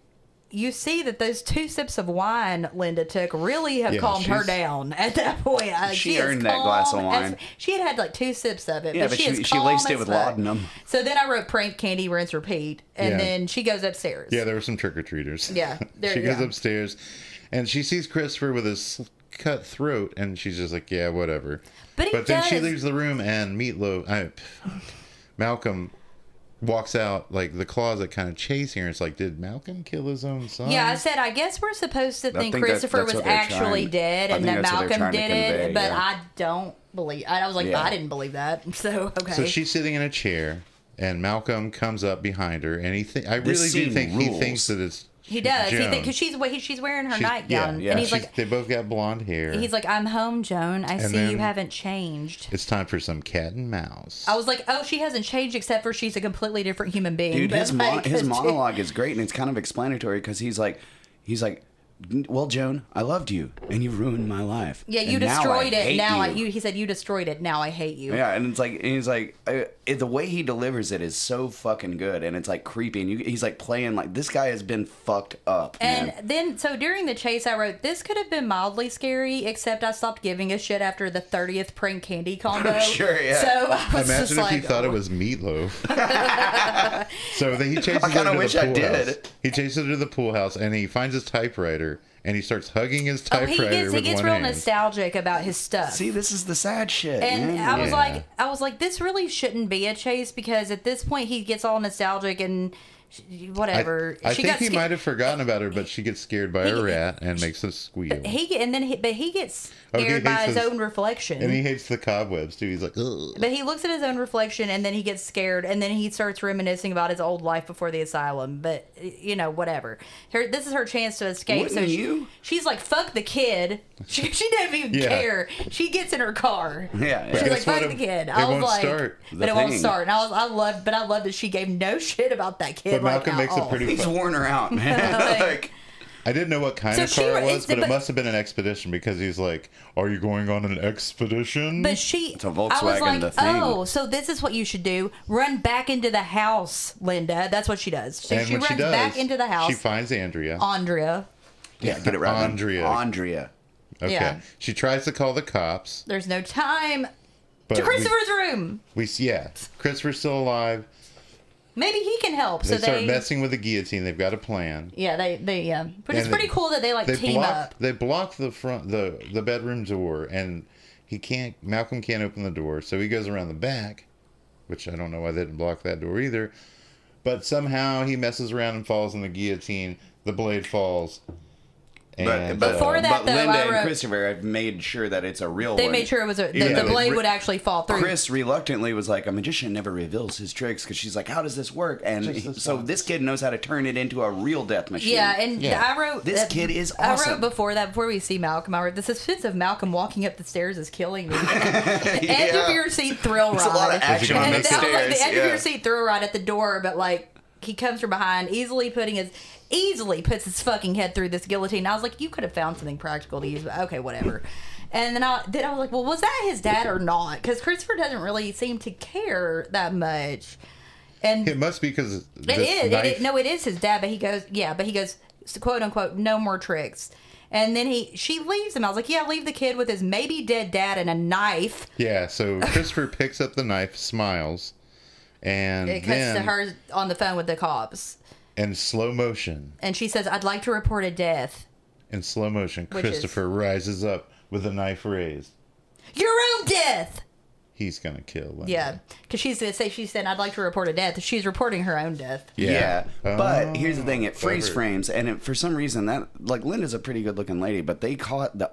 Speaker 1: you see that those two sips of wine Linda took really have
Speaker 3: Yeah,
Speaker 1: calmed her
Speaker 3: she's-
Speaker 1: down at that point. Uh,
Speaker 2: She
Speaker 1: is
Speaker 2: earned that glass of
Speaker 1: calm
Speaker 2: wine.
Speaker 1: as- she had had like two sips of it.
Speaker 2: Yeah,
Speaker 1: but,
Speaker 2: but
Speaker 1: she,
Speaker 2: she-
Speaker 1: is
Speaker 2: she
Speaker 1: calm
Speaker 2: laced it
Speaker 1: as
Speaker 2: with
Speaker 1: fuck.
Speaker 2: laudanum.
Speaker 1: So then I wrote prank, candy, rinse, repeat. And
Speaker 3: Yeah.
Speaker 1: then she goes upstairs.
Speaker 3: Yeah, there were some trick or treaters.
Speaker 1: Yeah, there-
Speaker 3: she goes
Speaker 1: yeah.
Speaker 3: upstairs, and she sees Christopher with his sl- cut throat, and she's just like, "Yeah, whatever."
Speaker 1: But he
Speaker 3: then she
Speaker 1: does-
Speaker 3: leaves the room, and Meatloaf, I, Malcolm, walks out like the closet, kind of chasing her. It's like, did Malcolm kill his own son?
Speaker 1: Yeah, I said I guess we're supposed to think,
Speaker 2: think that-
Speaker 1: Christopher
Speaker 2: that's
Speaker 1: was
Speaker 2: what they're
Speaker 1: actually
Speaker 2: trying-
Speaker 1: dead
Speaker 2: I
Speaker 1: and
Speaker 2: think
Speaker 1: that
Speaker 2: that's what they're
Speaker 1: Malcolm
Speaker 2: trying to
Speaker 1: did it,
Speaker 2: convey,
Speaker 1: but
Speaker 2: yeah.
Speaker 1: I don't believe. I was like,
Speaker 2: Yeah.
Speaker 1: I didn't believe that. So okay.
Speaker 3: So she's sitting in a chair, and Malcolm comes up behind her, and he. Th- I
Speaker 2: This
Speaker 3: really do
Speaker 2: scene
Speaker 3: think he
Speaker 2: rules.
Speaker 3: thinks that it's.
Speaker 1: he does. He
Speaker 3: Joan.
Speaker 1: because she's wa- he- she's wearing her
Speaker 3: She's-
Speaker 1: nightgown,
Speaker 2: yeah,
Speaker 1: and he's
Speaker 3: She's-
Speaker 1: like,
Speaker 3: they both got blonde hair.
Speaker 1: he's like, I'm home, Joan. I see you
Speaker 3: then-
Speaker 1: haven't changed.
Speaker 3: it's time for some cat and mouse.
Speaker 1: I was like, oh, she hasn't changed except for she's a completely different human being.
Speaker 2: Dude,
Speaker 1: But,
Speaker 2: his, mon-
Speaker 1: like,
Speaker 2: his monologue is great, and it's kind of explanatory because he's like, he's like, well, Joan, I loved you, and you ruined my life.
Speaker 1: Yeah, you
Speaker 2: And now I
Speaker 1: destroyed it.
Speaker 2: hate
Speaker 1: Now I you. He said you destroyed it. Now I hate you.
Speaker 2: Yeah, and it's like and he's like I, it, the way he delivers it is so fucking good, and it's like creepy, and you, he's like playing like this guy has been fucked up.
Speaker 1: And
Speaker 2: man.
Speaker 1: then, so during the chase, I wrote, This could have been mildly scary, except I stopped giving a shit after the 30th prank candy combo.
Speaker 2: Sure, yeah.
Speaker 1: So I was
Speaker 3: Imagine
Speaker 1: just
Speaker 3: if
Speaker 1: like, oh.
Speaker 3: you thought it was meatloaf. so then he chases
Speaker 2: I
Speaker 3: her
Speaker 2: kinda
Speaker 3: to the
Speaker 2: wish
Speaker 3: pool
Speaker 2: I did.
Speaker 3: house. He chases her to the pool house and he finds his typewriter and he starts hugging his
Speaker 1: oh,
Speaker 3: typewriter
Speaker 1: he gets, he
Speaker 3: with
Speaker 1: gets
Speaker 3: one
Speaker 1: real
Speaker 3: hand.
Speaker 1: nostalgic about his stuff.
Speaker 2: see, this is the sad shit.
Speaker 1: and
Speaker 2: man.
Speaker 1: I was
Speaker 3: Yeah.
Speaker 1: like, I was like, this really shouldn't be a chase because at this point he gets all nostalgic and sh-
Speaker 3: I,
Speaker 1: whatever.
Speaker 3: I think
Speaker 1: got
Speaker 3: he
Speaker 1: sca-
Speaker 3: might have forgotten about her, but she gets scared by a
Speaker 1: He-
Speaker 3: rat and makes a squeal.
Speaker 1: He get- and then he, but he gets
Speaker 3: Oh, he
Speaker 1: scared by
Speaker 3: hates
Speaker 1: his,
Speaker 3: his-
Speaker 1: own reflection.
Speaker 3: and he hates the cobwebs too. He's like, Ugh.
Speaker 1: But he looks at his own reflection and then he gets scared and then he starts reminiscing about his old life before the asylum. But you know, whatever. Her, this is her chance to escape. so
Speaker 2: Wouldn't
Speaker 1: she-
Speaker 2: you?
Speaker 1: she's like, "Fuck the kid." She, she doesn't even
Speaker 3: Yeah.
Speaker 1: care. She gets in her car.
Speaker 2: Yeah, yeah.
Speaker 1: She's like,
Speaker 3: Guess what?
Speaker 1: "Fuck the
Speaker 3: It-
Speaker 1: kid."
Speaker 3: it
Speaker 1: I was
Speaker 3: won't
Speaker 1: like,
Speaker 3: start.
Speaker 1: "But
Speaker 2: The
Speaker 1: it won't
Speaker 2: thing.
Speaker 1: start." And I was, I loved, but I loved that she gave no shit about that kid.
Speaker 3: But
Speaker 1: like,
Speaker 3: Malcolm
Speaker 1: at
Speaker 3: makes a
Speaker 1: all.
Speaker 3: pretty.
Speaker 2: he's
Speaker 3: Fu-
Speaker 2: worn her out, man.
Speaker 1: Like-
Speaker 2: like,
Speaker 3: I didn't know what kind
Speaker 1: So
Speaker 3: of
Speaker 1: she
Speaker 3: car it
Speaker 1: re-
Speaker 3: was,
Speaker 1: it's-
Speaker 3: but,
Speaker 1: but-
Speaker 3: it must have been an expedition because he's like, "Are you going on an expedition?"
Speaker 1: But she,
Speaker 2: a
Speaker 1: I was
Speaker 2: Volkswagen,
Speaker 1: like,
Speaker 2: the thing.
Speaker 1: oh, so this is what you should do: run back into the house, Linda. That's what she does. So
Speaker 3: and
Speaker 1: she
Speaker 3: when
Speaker 1: runs
Speaker 3: she does,
Speaker 1: back into the house. Oh,
Speaker 3: She finds Andrea.
Speaker 1: Andrea,
Speaker 2: yeah, get it right, man.
Speaker 3: Andrea.
Speaker 2: Andrea.
Speaker 3: Okay.
Speaker 1: Yeah.
Speaker 3: She tries to call the cops,
Speaker 1: there's no time.
Speaker 3: but
Speaker 1: to
Speaker 3: we-
Speaker 1: Christopher's room.
Speaker 3: We, see yeah, Christopher's still alive.
Speaker 1: Maybe he can help.
Speaker 3: They
Speaker 1: so
Speaker 3: start
Speaker 1: they,
Speaker 3: messing with the guillotine. They've got a plan.
Speaker 1: yeah, they, they, yeah. But it's
Speaker 3: And
Speaker 1: pretty
Speaker 3: they-
Speaker 1: cool that they like
Speaker 3: They
Speaker 1: team
Speaker 3: block.
Speaker 1: up.
Speaker 3: They block the front the the bedroom door, and he can't. Malcolm can't open the door, so he goes around the back, which I don't know why they didn't block that door either. But somehow he messes around and falls in the guillotine. The blade falls. And,
Speaker 2: but,
Speaker 1: Before
Speaker 3: uh,
Speaker 1: that,
Speaker 2: but
Speaker 1: though, I
Speaker 2: Linda
Speaker 1: wrote-
Speaker 2: and Christopher have made sure that it's a real.
Speaker 1: They
Speaker 2: one.
Speaker 1: made sure it was a, the,
Speaker 2: Even
Speaker 1: the
Speaker 2: though
Speaker 1: blade
Speaker 2: Ri-
Speaker 1: would actually fall through.
Speaker 2: Chris reluctantly was like, "A magician never reveals his tricks," because she's like, "How does this work?" And
Speaker 3: Just this
Speaker 2: so
Speaker 3: once.
Speaker 2: this kid knows how to turn it into a real death machine.
Speaker 1: yeah, and
Speaker 3: Yeah.
Speaker 1: I wrote
Speaker 2: This
Speaker 1: uh,
Speaker 2: kid is
Speaker 1: I
Speaker 2: awesome.
Speaker 1: wrote before that, before we see Malcolm, I wrote the suspense of Malcolm walking up the stairs is killing me. edge of your seat thrill ride.
Speaker 2: It's a lot of action
Speaker 3: on
Speaker 1: And
Speaker 3: the
Speaker 1: that was, like,
Speaker 2: stairs,
Speaker 1: the edge of
Speaker 2: yeah.
Speaker 1: your seat thrill ride at the door, but like he comes from behind, easily putting his easily puts his fucking head through this guillotine. I was like, you could have found something practical to use, but okay, whatever. And then I then I was like, well, was that his dad or not? Because Christopher doesn't really seem to care that much. And
Speaker 3: It must be because
Speaker 1: it is. It, is- no, it is his dad, but he goes, yeah, but he goes, s- quote unquote, no more tricks. And then he, she leaves him. I was like, yeah, leave the kid with his maybe dead dad and a knife.
Speaker 3: Yeah, so Christopher picks up the knife, smiles, and
Speaker 1: It cuts
Speaker 3: then
Speaker 1: to her on the phone with the cops,
Speaker 3: in slow motion,
Speaker 1: and she says, "I'd like to report a death."
Speaker 3: in slow motion,
Speaker 1: Which is-
Speaker 3: Christopher rises up with the knife raised.
Speaker 1: Your own death.
Speaker 3: He's gonna kill. Linda.
Speaker 1: Yeah, because she's gonna say she said, "I'd like to report a death." She's reporting her own death.
Speaker 2: Yeah. Oh, But here's the thing: it freeze
Speaker 3: clever.
Speaker 2: frames, and it, for some reason, that like Linda's a pretty good-looking lady, but they caught the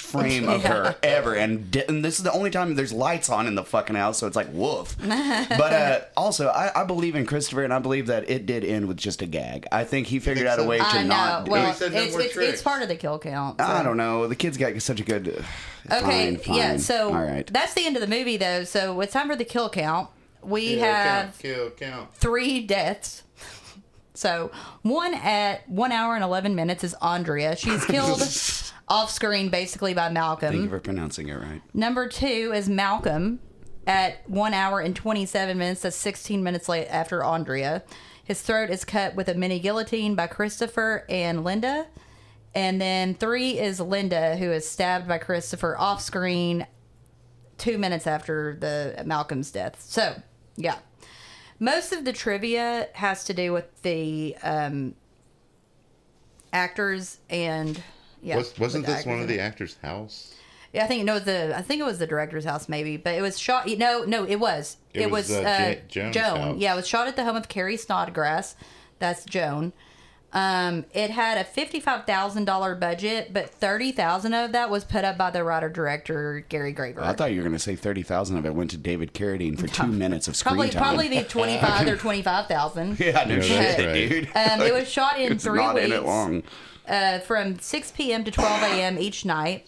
Speaker 2: frame of her ever, and, di- and this is the only time there's lights on in the fucking house, so it's like woof. but uh, also, I, I believe in Christopher, and I believe that it did end with just a gag. I think he figured out a way to
Speaker 1: I know.
Speaker 2: not. do
Speaker 1: Well,
Speaker 2: it.
Speaker 1: it's,
Speaker 3: said no more
Speaker 1: it's,
Speaker 3: tricks.
Speaker 1: it's part of the kill count. so.
Speaker 2: I don't know. The kid's got such a good.
Speaker 1: Okay,
Speaker 2: fine, fine.
Speaker 1: yeah. So
Speaker 2: all right.
Speaker 1: that's the end of the movie, though. So it's time for the kill count. We
Speaker 3: Kill,
Speaker 1: have
Speaker 3: count, kill count.
Speaker 1: three deaths. So one at one hour and eleven minutes is Andrea. She's killed off screen basically by
Speaker 2: Oh Thank you
Speaker 1: Malcolm.
Speaker 2: for pronouncing it right.
Speaker 1: Number two is Malcolm at one hour and twenty seven minutes. That's sixteen minutes late after Andrea. His throat is cut with a mini guillotine by Christopher and Linda. And then three is Linda, who is stabbed by Christopher off screen two minutes after the Malcolm's death. So, yeah. Most of the trivia has to do with the um, actors and yeah.
Speaker 3: Was, wasn't
Speaker 1: with the
Speaker 3: this
Speaker 1: actors
Speaker 3: one
Speaker 1: and-
Speaker 3: of the actor's house?
Speaker 1: yeah, I think no, the I think it was the director's house maybe, but it was shot. No, no, it was
Speaker 3: It
Speaker 1: it,
Speaker 3: was,
Speaker 1: was,
Speaker 3: uh,
Speaker 1: uh,
Speaker 3: Ja- Joan's
Speaker 1: Joan.
Speaker 3: house.
Speaker 1: Yeah, it was shot at the home of Carrie Snodgrass. That's Joan. Um, it had a fifty-five thousand dollar budget, but thirty thousand of that was put up by the writer director Gary Graver.
Speaker 2: I thought you were going to say thirty thousand of it went to David Carradine for two minutes of screen
Speaker 1: probably
Speaker 2: time.
Speaker 1: probably the twenty-five or twenty-five thousand.
Speaker 2: Yeah, no
Speaker 3: Yeah, that's
Speaker 2: shit,
Speaker 3: right.
Speaker 2: dude.
Speaker 1: Um, it was shot in
Speaker 2: It's
Speaker 1: three
Speaker 2: not
Speaker 1: weeks.
Speaker 2: in it long.
Speaker 1: uh, from 6 p.m. to 12 a.m. each night.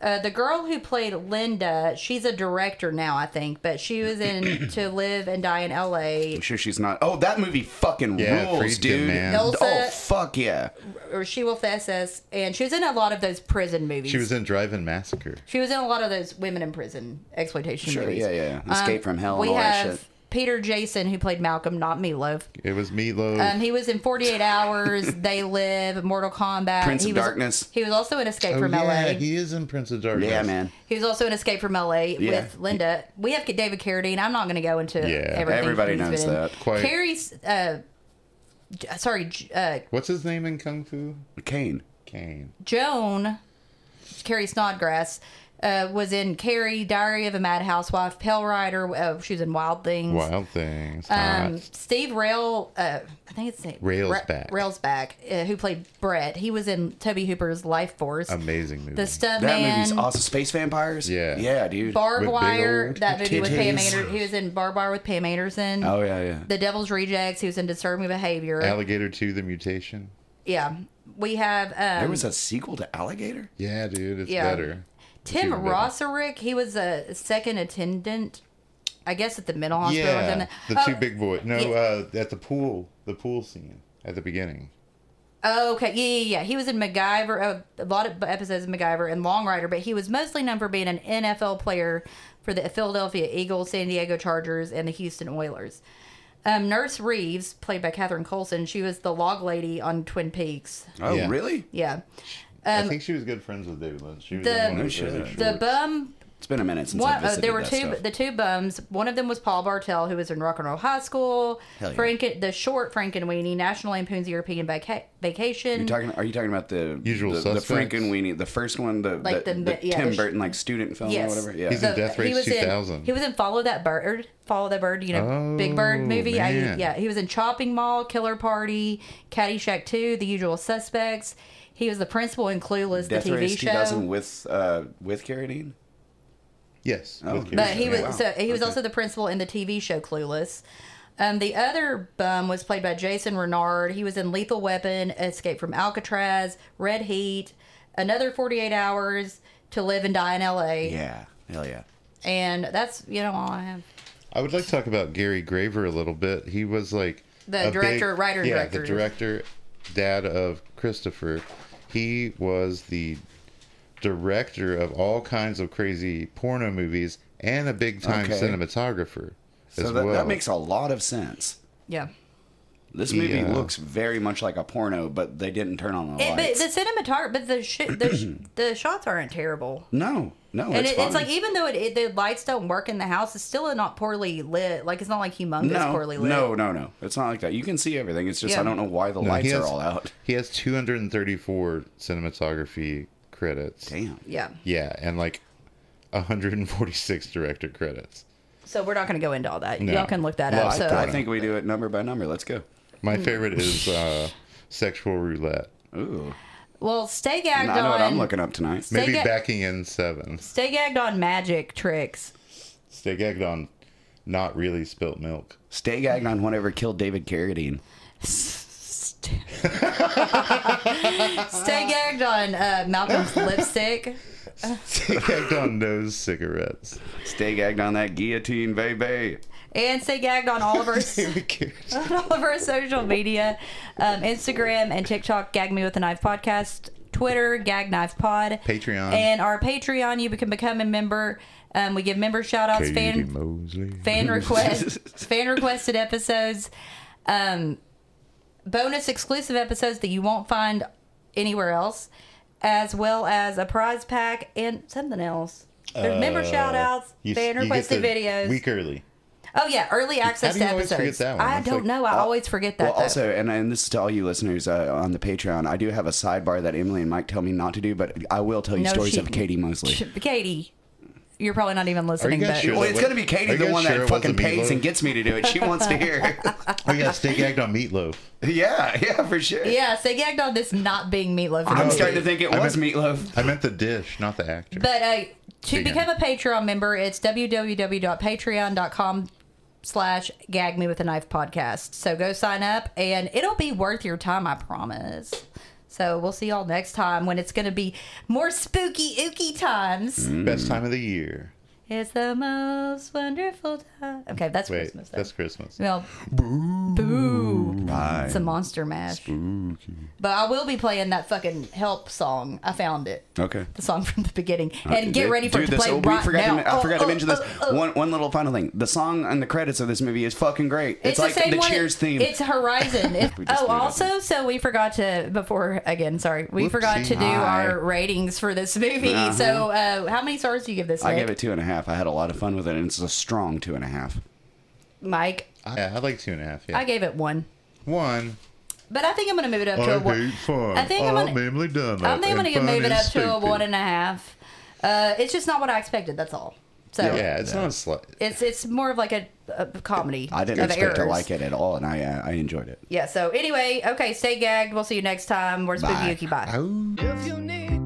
Speaker 1: Uh, the girl who played Linda, she's a director now, I think, but she was in To Live and Die in L.A.
Speaker 2: I'm sure she's not. Oh, that movie fucking
Speaker 3: Yeah,
Speaker 2: rules,
Speaker 3: Friedkin,
Speaker 2: dude.
Speaker 3: man.
Speaker 1: Elsa-
Speaker 2: Oh fuck yeah!
Speaker 1: or She Wolf SS, and she was in a lot of those prison movies.
Speaker 3: She was in Drive-In Massacre.
Speaker 1: She was in a lot of those women in prison exploitation
Speaker 2: Sure,
Speaker 1: movies. Um,
Speaker 2: yeah, yeah. Escape from Hell and
Speaker 1: We
Speaker 2: all that
Speaker 1: have
Speaker 2: shit.
Speaker 1: Peter Jason, who played Malcolm, not Meatloaf.
Speaker 3: It was Meatloaf.
Speaker 1: Um, he was in 48 Hours, They Live, Mortal Kombat.
Speaker 2: Prince
Speaker 1: he
Speaker 2: of
Speaker 1: was,
Speaker 2: Darkness.
Speaker 1: He was also in Escape
Speaker 3: oh,
Speaker 1: from
Speaker 3: yeah,
Speaker 1: L.A.
Speaker 3: he is in Prince of Darkness.
Speaker 2: Yeah, man.
Speaker 1: He was also in Escape from LA
Speaker 2: Yeah.
Speaker 1: with Linda. We have David Carradine. I'm not going to go into
Speaker 3: Yeah.
Speaker 1: everything.
Speaker 2: Everybody
Speaker 1: he's
Speaker 2: knows
Speaker 1: been in.
Speaker 2: that.
Speaker 3: Quite-
Speaker 1: Carrie's, uh, J- sorry, J- uh,
Speaker 3: What's his name in Kung Fu?
Speaker 2: Kane.
Speaker 3: Kane.
Speaker 1: Joan, Carrie Snodgrass, uh, was in Carrie, Diary of a Mad Housewife, Pale Rider. Uh, she was in Wild Things.
Speaker 3: Wild Things.
Speaker 1: Um,
Speaker 3: Hot.
Speaker 1: Steve Rail, uh, I think it's
Speaker 3: Railsback.
Speaker 1: Rails back, uh, who played Brett. He was in Toby Hooper's Life Force.
Speaker 3: Amazing movie.
Speaker 1: the stuntman.
Speaker 2: That movie's awesome. Space vampires.
Speaker 3: Yeah.
Speaker 2: yeah, dude.
Speaker 1: Barbed
Speaker 3: With big
Speaker 1: Wire,
Speaker 3: old
Speaker 1: that movie with Pam
Speaker 2: titties.
Speaker 1: Anderson. He was in Barbed Wire with Pam Anderson.
Speaker 2: oh yeah, yeah.
Speaker 1: The Devil's Rejects. He was in Disturbing Behavior.
Speaker 3: Alligator 2, The Mutation.
Speaker 1: yeah. We have um,
Speaker 2: there was a sequel to Alligator.
Speaker 3: Yeah, dude, it's
Speaker 1: Yeah.
Speaker 3: better.
Speaker 1: Tim
Speaker 3: even better.
Speaker 1: Rosserick. He was a second attendant, I guess, at the mental hospital.
Speaker 3: Yeah, the
Speaker 1: two
Speaker 3: two big boys. No,
Speaker 1: Oh, yeah.
Speaker 3: uh, at the pool, the pool scene at the beginning.
Speaker 1: Oh, okay. Yeah, yeah, yeah. He was in MacGyver, uh, a lot of episodes of MacGyver and Long Rider, but he was mostly known for being an NFL player for the Philadelphia Eagles, San Diego Chargers, and the Houston Oilers. Um, Nurse Reeves, played by Katherine Colson, she was the log lady on Twin Peaks.
Speaker 2: Oh
Speaker 3: Yeah.
Speaker 2: really?
Speaker 1: Yeah.
Speaker 3: I think she was good friends with David Lynch. She was
Speaker 1: Um, The-
Speaker 3: in one
Speaker 1: No
Speaker 3: of his
Speaker 2: shit.
Speaker 3: early
Speaker 1: The
Speaker 3: shorts.
Speaker 1: bum,
Speaker 2: It's been a minute since I
Speaker 1: one, oh,
Speaker 2: visited
Speaker 1: there were
Speaker 2: that
Speaker 1: two,
Speaker 2: stuff.
Speaker 1: the two bums. One of them was Paul Bartel, who was in Rock and Roll High School,
Speaker 2: Hell yeah.
Speaker 1: Franken, the short Frankenweenie, National Lampoon's European Vaca- Vacation.
Speaker 2: You're talking, are you talking about the
Speaker 3: Usual
Speaker 2: the, the
Speaker 3: Suspects?
Speaker 2: Frankenweenie, the first one, the
Speaker 1: Like
Speaker 2: the,
Speaker 1: the-
Speaker 2: the
Speaker 1: yeah,
Speaker 2: Tim
Speaker 1: the sh-
Speaker 2: Burton like student film
Speaker 1: Yes.
Speaker 2: or whatever? Yeah,
Speaker 3: He's in Death Race
Speaker 1: was in-
Speaker 3: 2000.
Speaker 1: he was in Follow That Bird, Follow That Bird, you know, Big Bird
Speaker 3: Oh,
Speaker 1: movie. I,
Speaker 3: man.
Speaker 1: yeah, he was in Chopping Mall, Killer Party, Caddyshack 2, The Usual Suspects. He was the principal in Clueless,
Speaker 2: Death
Speaker 1: the TV
Speaker 2: Race
Speaker 1: show.
Speaker 2: 2000 with uh with Carradine.
Speaker 3: yes, with
Speaker 2: okay.
Speaker 1: But
Speaker 3: Kirsten
Speaker 1: he was
Speaker 2: Wow.
Speaker 1: so he was also the principal in the TV show Clueless. Um, the other bum was played by Jason Renard. He was in Lethal Weapon, Escape from Alcatraz, Red Heat, another 48 Hours, To Live and Die in L.A.
Speaker 2: Yeah, hell yeah.
Speaker 1: And that's you know all I have.
Speaker 3: I would like to talk about Gary Graver a little bit. He was like
Speaker 1: The
Speaker 3: a
Speaker 1: director,
Speaker 3: big-
Speaker 1: writer, and
Speaker 3: yeah,
Speaker 1: director.
Speaker 3: the director, dad of Christopher. He was the director of all kinds of crazy porno movies and a big time
Speaker 2: Okay.
Speaker 3: cinematographer
Speaker 2: So
Speaker 3: as
Speaker 2: that,
Speaker 3: well.
Speaker 2: that makes a lot of sense.
Speaker 1: Yeah.
Speaker 2: This movie
Speaker 3: Yeah.
Speaker 2: looks very much like a porno, but they didn't turn on the
Speaker 1: It, but
Speaker 2: lights.
Speaker 1: the cinematography, but the sh- the, sh- the shots aren't terrible.
Speaker 2: no, no,
Speaker 1: And
Speaker 2: it's,
Speaker 1: it,
Speaker 2: fun.
Speaker 1: it's like even though it, it, the lights don't work in the house, it's still not poorly lit. Like it's not like humongous
Speaker 2: no,
Speaker 1: poorly lit.
Speaker 2: no, no, no. It's not like that. You can see everything. It's just
Speaker 1: Yeah.
Speaker 2: I don't know why the
Speaker 3: No, he
Speaker 2: lights are
Speaker 3: has-
Speaker 2: all out.
Speaker 3: He has 234 cinematography credits.
Speaker 2: Damn.
Speaker 1: Yeah.
Speaker 3: Yeah, and like 146 director credits.
Speaker 1: So we're not going to go into all that.
Speaker 3: No.
Speaker 1: Y'all can look that
Speaker 3: Well,
Speaker 1: up.
Speaker 3: I
Speaker 1: So
Speaker 3: thought-
Speaker 2: I think we do it number by number. Let's go.
Speaker 3: My
Speaker 1: Hmm.
Speaker 3: favorite is uh, Sexual Roulette.
Speaker 2: Ooh,
Speaker 1: well, stay
Speaker 2: I
Speaker 1: gagged
Speaker 2: know what I'm
Speaker 1: on-
Speaker 2: looking up tonight.
Speaker 1: Stay
Speaker 3: Maybe
Speaker 1: ga-
Speaker 3: backing in seven.
Speaker 1: Stay gagged on magic tricks.
Speaker 3: Stay gagged on not really spilt milk.
Speaker 2: Stay gagged on whatever killed David Carradine.
Speaker 1: Stay gagged on uh, Malcolm's lipstick.
Speaker 3: Stay gagged on nose cigarettes.
Speaker 2: Stay gagged on that guillotine, baby.
Speaker 1: And stay gagged on all of our,
Speaker 3: David Carradine.
Speaker 1: on all of our social media um, Instagram and TikTok, Gag Me With a Knife Podcast, Twitter, Gag Knife Pod,
Speaker 3: Patreon.
Speaker 1: and our Patreon. You can become a member. Um, we give member shout outs,
Speaker 3: Katie
Speaker 1: fan
Speaker 3: Mosley.
Speaker 1: fan requests, fan requested episodes, um, bonus exclusive episodes that you won't find anywhere else, as well as a prize pack and something else. There's member shout outs,
Speaker 3: Uh, You-
Speaker 1: fan
Speaker 3: you get
Speaker 1: requested
Speaker 3: the
Speaker 1: videos.
Speaker 3: Week early.
Speaker 1: oh yeah, early access
Speaker 3: do
Speaker 1: to
Speaker 3: you always
Speaker 1: episodes.
Speaker 3: forget that one?
Speaker 1: I
Speaker 3: That's
Speaker 1: don't
Speaker 3: like- oh,
Speaker 1: know. I always forget that.
Speaker 2: Well,
Speaker 1: though.
Speaker 2: also, and, and this is to all you listeners uh, on the Patreon, I do have a sidebar that Emily and Mike tell me not to do, but I will tell you
Speaker 1: No,
Speaker 2: stories
Speaker 1: she-
Speaker 2: of Katie Mosley.
Speaker 1: Katie, you're probably not even
Speaker 3: Are you
Speaker 1: listening.
Speaker 3: guys
Speaker 1: But
Speaker 3: sure?
Speaker 2: Well, it's
Speaker 3: Are
Speaker 2: gonna be
Speaker 3: you
Speaker 2: Katie, the
Speaker 3: guys
Speaker 2: one
Speaker 3: sure
Speaker 2: that
Speaker 3: it wasn't
Speaker 2: fucking pays
Speaker 3: meatloaf?
Speaker 2: and gets me to do it. She wants to hear.
Speaker 3: Oh yeah, stay gagged on meatloaf.
Speaker 2: yeah, yeah, for sure.
Speaker 1: yeah, stay gagged on this not being meatloaf.
Speaker 2: I'm
Speaker 3: No,
Speaker 2: starting
Speaker 3: but-
Speaker 2: to think it
Speaker 3: I
Speaker 2: was
Speaker 3: meant-
Speaker 2: meatloaf.
Speaker 3: I meant the dish, not the actor.
Speaker 1: But uh, to
Speaker 3: Again.
Speaker 1: become a Patreon member, it's www.patreon.com slash gag me with a knife podcast. So go sign up and it'll be worth your time, I promise. So we'll see y'all next time when it's going to be more spooky, ooky times.
Speaker 3: Best time of the year.
Speaker 1: It's the most wonderful time. Okay, that's
Speaker 3: Wait,
Speaker 1: Christmas. Though.
Speaker 3: that's Christmas.
Speaker 1: well, boo.
Speaker 2: Bye.
Speaker 1: It's a monster mash. But I will be playing that fucking help song. I found it.
Speaker 2: Okay.
Speaker 1: The song from the beginning.
Speaker 2: Uh,
Speaker 1: And get
Speaker 2: dude,
Speaker 1: ready for
Speaker 2: dude,
Speaker 1: it to
Speaker 2: this-
Speaker 1: play
Speaker 2: oh, we
Speaker 1: right
Speaker 2: forgot
Speaker 1: now.
Speaker 2: To, I
Speaker 1: Oh,
Speaker 2: forgot
Speaker 1: oh,
Speaker 2: to mention this.
Speaker 1: oh, oh.
Speaker 2: One one little final thing. The song and the credits of this movie is fucking great. It's, like the,
Speaker 1: one-
Speaker 2: Cheers theme.
Speaker 1: It's Horizon. It-
Speaker 2: We just
Speaker 1: oh,
Speaker 2: did it.
Speaker 1: also, so we forgot to before again. Sorry, we forgot to do
Speaker 2: Hi.
Speaker 1: our ratings for this movie.
Speaker 2: Uh-huh.
Speaker 1: So, uh, how many stars do you give this?
Speaker 2: I
Speaker 1: Nick?
Speaker 2: gave it two and a half. I had a lot of fun with it, and it's a strong two and a half.
Speaker 1: Mike.
Speaker 3: Yeah, I like two and a half. Yeah,
Speaker 1: I gave it one,
Speaker 3: one.
Speaker 1: but I think I'm gonna move it up to a
Speaker 3: I
Speaker 1: one.
Speaker 3: hate fun.
Speaker 1: I think I'm gonna-
Speaker 3: Emily Dunlap.
Speaker 1: I'm thinking I'm
Speaker 3: and
Speaker 1: gonna
Speaker 3: fun
Speaker 1: move it
Speaker 3: is
Speaker 1: up to a
Speaker 3: stupid.
Speaker 1: one and a half. Uh, it's just not what I expected. That's all. So
Speaker 3: Yeah, it's not a slight.
Speaker 1: it's it's more of like a, a comedy.
Speaker 2: I didn't
Speaker 1: of
Speaker 2: expect to
Speaker 1: errors.
Speaker 2: like it at all, and I I enjoyed it.
Speaker 1: Yeah. So anyway, okay, stay gagged. We'll see you next time. We're Spooky
Speaker 2: Bye.
Speaker 1: Yuki. Bye.
Speaker 3: Oh.
Speaker 4: If you need